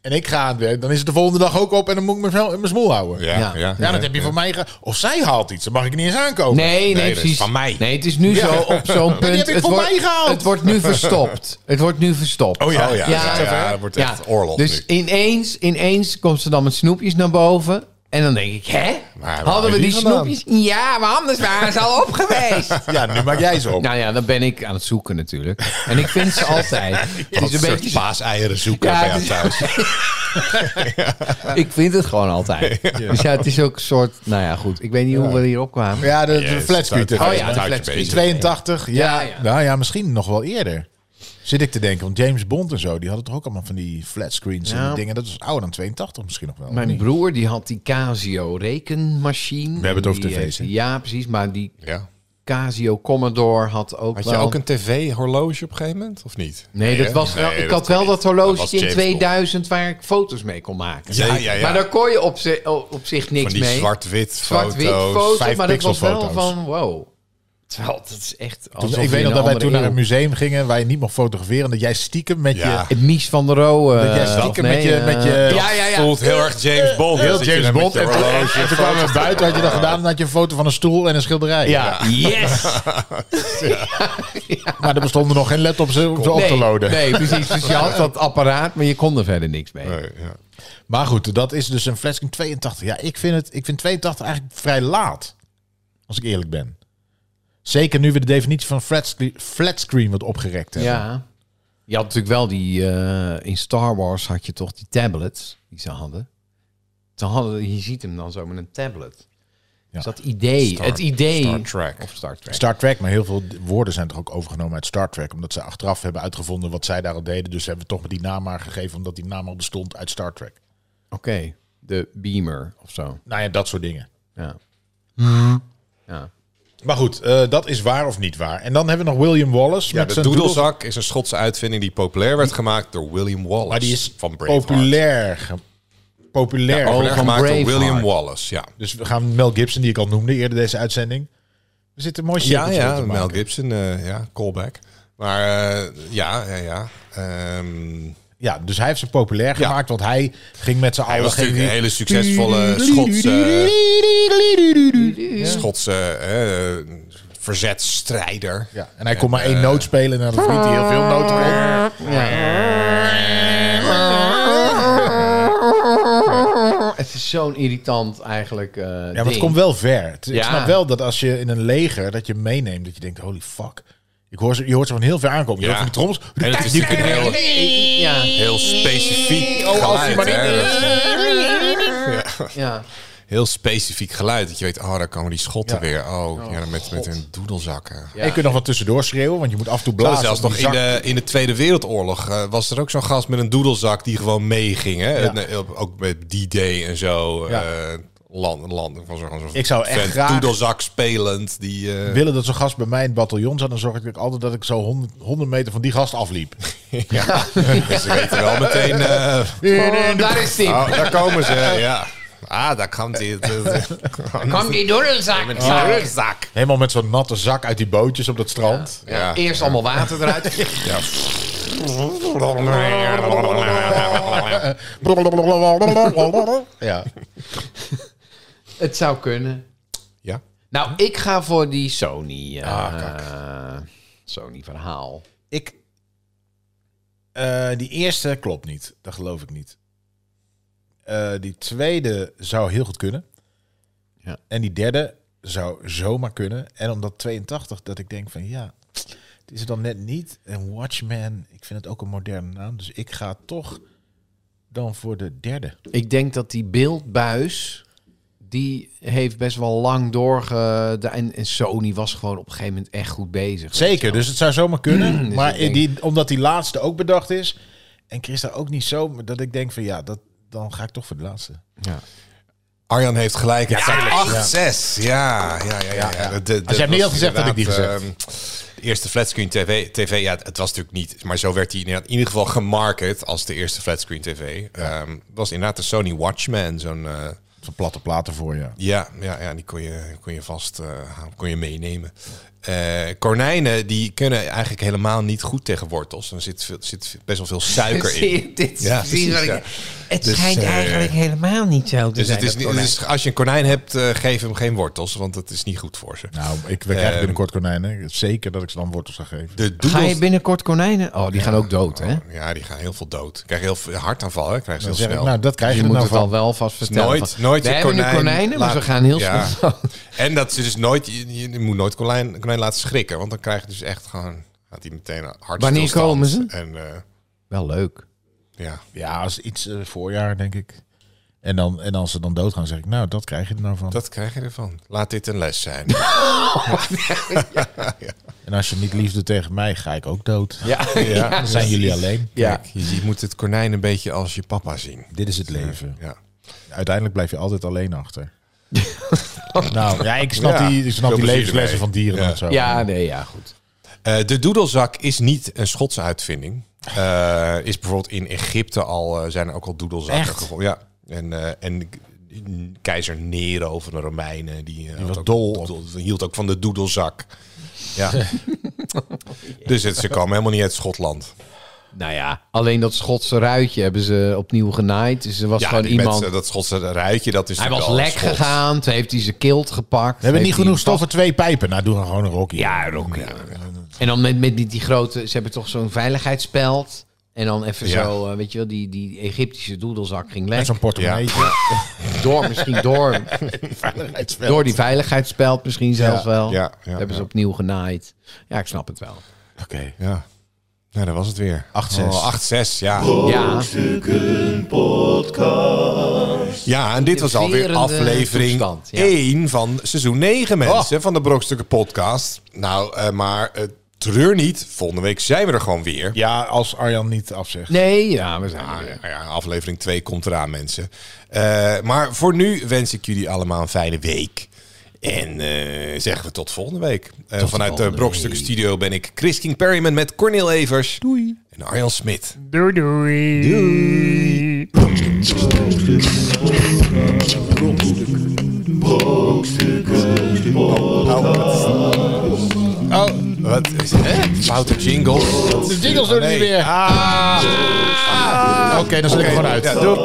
S3: en ik ga aan het werk, dan is het de volgende dag ook op en dan moet ik mezelf in mijn smoel houden.
S2: Ja, ja.
S4: Ja.
S2: ja.
S3: Ja, dat heb je van mij. ge- Of zij haalt iets, dan mag ik niet eens aankomen.
S4: Nee, nee,
S2: Nee, dat is
S4: precies.
S2: van mij.
S4: Nee, het is nu zo op zo'n punt.
S3: die heb ik
S4: het
S3: voor
S4: wordt,
S3: mij gehaald.
S4: Het wordt nu verstopt. Het wordt nu verstopt.
S2: Oh ja, ja, ja,
S4: Ja.
S2: ja, het wordt echt oorlog
S4: Dus
S2: nu.
S4: ineens, ineens komt ze dan met snoepjes naar boven. En dan denk ik, hè?
S2: Waar
S4: Hadden
S2: waren
S4: we die
S2: die vandaan?
S4: snoepjes? Ja, maar anders waren ze al op geweest.
S3: Ja, nu maak jij ze op.
S4: Nou ja, dan ben ik aan het zoeken natuurlijk. En ik vind ze altijd. Het is een beetje
S2: paaseieren zoeken
S4: Ja,
S2: bij
S4: het
S2: jou
S4: is-
S2: thuis.
S4: Ik vind het gewoon altijd. Dus ja, het is ook een soort... Nou ja, goed. Ik weet niet hoe we hierop kwamen.
S3: Ja, de, de
S2: Yes,
S3: flat
S2: dat-
S4: Oh
S3: scooter.
S4: ja, de
S2: Thuis
S4: flat
S2: bezig.
S4: screen.
S3: 82, ja,
S4: Ja, ja.
S3: Nou ja, misschien nog wel eerder. Zit ik te denken, want James Bond en zo, die hadden toch ook allemaal van die flat screens en
S4: Ja.
S3: die dingen. Dat is ouder dan 82 misschien nog wel. of
S4: Mijn
S3: niet?
S4: broer die had die Casio rekenmachine.
S3: We hebben het over
S4: Die
S3: tv's,
S4: heeft-
S3: hè?
S4: Ja, precies. Maar die
S2: Ja.
S4: Casio Commodore had ook
S2: Had je
S4: wel...
S2: ook een tv-horloge op een gegeven moment, of niet?
S4: Nee, dat
S2: hè?
S4: was wel,
S2: Nee,
S4: ik
S2: dat
S4: had wel
S2: niet.
S4: dat
S2: was
S4: horloge in
S2: James Bond.
S4: 2000 waar ik foto's mee kon maken.
S2: Ja, ja, ja.
S4: Maar daar kon je op, zi- op zich niks
S2: Van die
S4: mee.
S2: zwart-wit foto's.
S4: Zwart-wit foto,
S2: vijf
S4: maar dat was wel
S2: pixelfoto's.
S4: van wow. Terwijl dat is echt.
S3: Dus
S4: alsof
S3: ik
S4: je in
S3: weet nog
S4: een
S3: dat wij
S4: andere
S3: toen naar
S4: eeuw-
S3: een museum gingen waar je niet mocht fotograferen. Dat jij stiekem met
S2: Ja.
S3: je...
S4: Het Mies van der Rohe.
S3: Dat jij
S4: eh,
S3: stiekem
S4: of
S3: met je-
S4: eh,
S3: met je-
S2: Dat
S4: Ja, ja, ja.
S2: voelt heel erg James Bond.
S3: Heel
S2: Dan zit je
S3: James
S2: daar met
S3: Bond.
S2: je
S3: En,
S2: horloge.
S3: en toen kwamen we buiten, had je dat gedaan, en had je een foto van een stoel en een schilderij.
S4: Ja, yes!
S3: Maar er bestonden nog geen laptops om ze op te
S4: nee,
S3: laden.
S4: nee, precies. Dus je had dat apparaat, maar je kon er verder niks mee.
S2: Nee, ja.
S3: Maar goed, dat is dus een flashing 82. Ja, ik vind, het, ik vind 82 eigenlijk vrij laat. Als ik eerlijk ben. Zeker nu we de definitie van flatscreen, flatscreen wat opgerekt hebben.
S4: Ja. Je had natuurlijk wel die... eh, in Star Wars had je toch die tablets die ze hadden. Dan hadden je ziet hem dan zo met een tablet. Dus dat idee,
S2: Star-
S4: het idee...
S2: Star Trek.
S4: Of Star Trek.
S3: Star Trek, maar heel veel woorden zijn toch ook overgenomen uit Star Trek. Omdat ze achteraf hebben uitgevonden wat zij daar al deden. Dus ze hebben toch die naam maar gegeven omdat die naam al bestond uit Star Trek.
S4: Oké, de Beamer of zo.
S3: Nou ja, dat soort dingen.
S4: Ja. ja.
S3: Maar goed, eh, dat is waar of niet waar. En dan hebben we nog William Wallace.
S2: Ja,
S3: met
S2: de
S3: zijn doodles-
S2: doedelzak is een Schotse uitvinding die populair werd gemaakt door William Wallace.
S3: Maar die is
S2: van Braveheart.
S3: populair. ge- Populair.
S2: Ja, populair
S4: Oh, van
S2: gemaakt door
S4: Braveheart.
S2: William Wallace, ja.
S3: Dus we gaan Mel Gibson, die ik al noemde eerder deze uitzending. We zitten mooi
S2: Ja,
S3: cirkeltje
S2: ja,
S3: te
S2: Mel
S3: maken.
S2: Gibson, eh, ja, callback. Maar eh, ja, ja, ja. Ehm,
S3: Ja, dus hij heeft ze populair
S2: Ja.
S3: gemaakt, want hij ging met z'n
S2: hij
S3: allen...
S2: was
S3: ging
S2: natuurlijk een hele
S3: hij-
S2: succesvolle Schotse, Schotse eh, verzetstrijder.
S3: Ja, en hij kon maar één
S2: eh,
S3: noot spelen en dan vond hij heel veel noten kon.
S4: Oh, Het is zo'n irritant eigenlijk eh ja,
S3: Ja, maar het komt wel ver. Het- Ik
S4: Ja.
S3: snap wel dat als je in een leger, dat je meeneemt, dat je denkt, holy fuck. Ik hoor ze, je hoort ze van heel ver aankomen. Je
S2: Ja.
S3: hoort van die troms.
S2: En het is natuurlijk een heel,
S4: Ja,
S2: heel specifiek
S3: Oh, als hij
S2: geluid.
S3: maar
S2: hè.
S3: niet-
S2: Dat is
S4: ja.
S2: Heel specifiek geluid. Dat je weet, oh, daar komen die Schotten weer. Oh, ja, dan met, met hun doedelzakken.
S3: En je kunt nog wat tussendoor schreeuwen, want je moet af en toe
S2: Zo
S3: blazen.
S2: zelfs
S3: op
S2: nog
S3: die
S2: in
S3: zak.
S2: de, in de Tweede Wereldoorlog eh, was er ook zo'n gast met een doedelzak die gewoon meeging. Hè?
S3: Ja.
S2: En, eh, op- ook met D-Day en zo.
S3: Ja.
S2: eh, land, land, van zo'n zo'n
S3: Ik zou echt
S2: vent,
S3: graag-
S2: doedelzak spelend. Die, eh,
S3: willen dat zo'n gast bij mij in het bataljon zat, dan zorg ik altijd dat ik zo 100, 100 meter van die gast afliep.
S2: Ze weten wel meteen... eh,
S4: Oh, daar is die.
S2: oh, daar komen ze. ja. Ah, daar komt die...
S1: Kom die doedelzak.
S2: Doedelzak.
S3: Helemaal met zo'n natte zak uit die bootjes op dat strand.
S2: Ja.
S4: Eerst allemaal water eruit.
S3: Ja.
S4: het zou kunnen.
S2: Ja.
S4: Nou, ik ga voor die Sony. eh, Sony verhaal.
S3: Ik. eh, die eerste klopt niet. Dat geloof ik niet. Eh, die tweede zou heel goed kunnen.
S4: Ja.
S3: En die derde zou zomaar kunnen. En omdat 82, dat ik denk van ja, het is er dan net niet. En Watchman, ik vind het ook een moderne naam. Dus ik ga toch dan voor de derde.
S4: Ik denk dat die beeldbuis. Die heeft best wel lang doorge... de- En, en Sony was gewoon op een gegeven moment echt goed bezig.
S3: Zeker, dus het zou zomaar kunnen.
S4: dus
S3: maar
S4: ik denk-
S3: die, omdat die laatste ook bedacht is. En Christa ook niet zo, dat ik denk van ja, dat, dan ga ik toch voor de laatste.
S4: Ja.
S2: Arjan heeft gelijk. Het zijn 8-6.
S3: tuurlijk.
S2: Ja, ja, ja. ja, ja.
S3: Als jij hem niet had gezegd, had ik die gezegd.
S2: ehm, de eerste flatscreen TV, TV ja, het was natuurlijk niet... Maar zo werd hij inderdaad in ieder geval gemarket als de eerste flatscreen TV. Ehm, Het was inderdaad de Sony Watchman. Zo'n, eh,
S3: Zo'n platte platen voor je.
S2: ja, ja, ja, die kon je, kon je vast eh, kon je meenemen. Eh, eh, konijnen die kunnen eigenlijk helemaal niet goed tegen wortels. Er zit, veel, zit best wel veel suiker
S1: Zie
S2: in.
S1: je, dit is
S2: Ja,
S1: precies wat
S2: precies,
S1: ik- Het
S2: Dus,
S1: schijnt
S2: eh,
S1: eigenlijk helemaal niet zo te
S2: Dus,
S1: zijn.
S2: het is,
S1: dat
S2: niet-
S1: konijn.
S2: dus als je een konijn hebt, eh, geef hem geen wortels, want dat is niet goed voor ze.
S3: Nou, ik we krijgen binnenkort konijnen. Zeker dat ik ze dan wortels ga geven.
S2: De
S4: Ga
S2: doedels-
S4: je binnenkort konijnen? Oh, die gaan ook dood, hè?
S2: Ja, die gaan heel veel dood. Krijg heel veel hartaanval, hè? Krijg ze
S3: Dan
S2: heel
S3: zeg ik,
S2: snel.
S3: nou, dat krijg
S4: Je
S3: je, er
S4: moet
S3: nou
S4: het
S3: van.
S4: al wel vast vertellen.
S2: nooit,
S4: van,
S2: nooit
S4: We
S2: je
S4: hebben
S2: konijn
S4: nu konijnen, maar
S2: laten-
S4: ze gaan heel snel
S2: Ja.
S4: dood.
S2: En dat ze dus nooit, je, je moet nooit konijn, konijn laten schrikken, want dan krijg je dus echt gewoon, gaat hij meteen hard
S4: Wanneer komen ze?
S2: En eh,
S4: Wel leuk.
S2: ja,
S3: Ja, als iets eh, voorjaar, denk ik. En, dan, en als ze dan doodgaan, zeg ik, nou, dat krijg je er nou van.
S2: dat krijg je ervan. Laat dit een les zijn.
S3: En als je niet liefde tegen mij, ga ik ook dood.
S4: Ja, ja.
S3: Dan zijn jullie alleen.
S4: ja.
S2: Kijk, je, je moet het konijn een beetje als je papa zien.
S3: Dit is het leven.
S2: Ja.
S3: Uiteindelijk blijf je altijd alleen achter. nou, ja, ik snap
S2: Ja,
S3: die, ik snap
S2: veel plezier
S3: die levenslessen
S2: ermee.
S3: van dieren
S2: Ja.
S3: en zo.
S4: nee, ja, goed.
S2: Eh, de doedelzak is niet een Schotse uitvinding. Eh, is bijvoorbeeld in Egypte al, eh, zijn er ook al doedelzakken
S3: Echt?
S2: gevonden. Ja. En, eh, en k- keizer Nero van de Romeinen, die, eh, had
S3: was
S2: ook-
S3: dol op-
S2: doedel- hield ook van de doedelzak. Ja. dus het, ze kwamen helemaal niet uit Schotland.
S4: Nou ja, alleen dat Schotse ruitje hebben ze opnieuw genaaid. Dus er was
S2: Ja,
S4: gewoon
S2: die
S4: iemand...
S2: mensen, dat Schotse ruitje, dat is
S4: hij was
S2: natuurlijk al
S4: lek
S2: Schots.
S4: gegaan, toen heeft hij zijn kilt gepakt.
S3: We hebben niet
S4: heeft
S3: genoeg
S4: hij
S3: stof
S4: een
S3: voor twee pijpen. Nou, doe dan gewoon een rokje.
S4: Ja,
S3: een rokje.
S4: pas- En dan met, met die, die grote... Ze hebben toch zo'n veiligheidsspeld. En dan even
S2: Ja.
S4: zo, eh, weet je wel, die, die Egyptische doedelzak ging lek.
S3: Met zo'n portemonneetje.
S4: Door, misschien door,
S3: Veiligheidsveld.
S4: door die veiligheidsspeld misschien zelfs wel.
S2: ja, ja,
S4: hebben ze
S2: ja.
S4: opnieuw genaaid. Ja, ik snap het wel.
S3: Oké.
S2: Ja. Nou, dat was het weer.
S3: 8-6.
S2: Oh, 8-6, ja.
S4: Ja,
S2: Ja, en dit was alweer
S4: verende
S2: aflevering
S4: toestand, ja.
S2: 1 van seizoen 9, mensen, van de Brokstukken podcast. Nou, eh, maar eh, treur niet. Volgende week zijn we er gewoon weer.
S3: Ja, als Arjan niet afzegt.
S4: nee, ja, we zijn er
S2: Ah,
S4: weer.
S2: ja, aflevering 2 komt eraan, mensen. Eh, maar voor nu wens ik jullie allemaal een fijne week. En eh, zeggen we tot volgende week. Eh, vanuit de Brokstukken Studio ben ik Chris King Perryman met Cornel Evers. Doei. En Arjan Smit.
S5: Doei doei. Doei.
S2: Oh, wat is het? Foute jingle.
S3: De jingles doen
S2: nee. Ah.
S3: niet meer. Ah. Oké, dan zet ik hem gewoon uit.
S2: Ja, doei.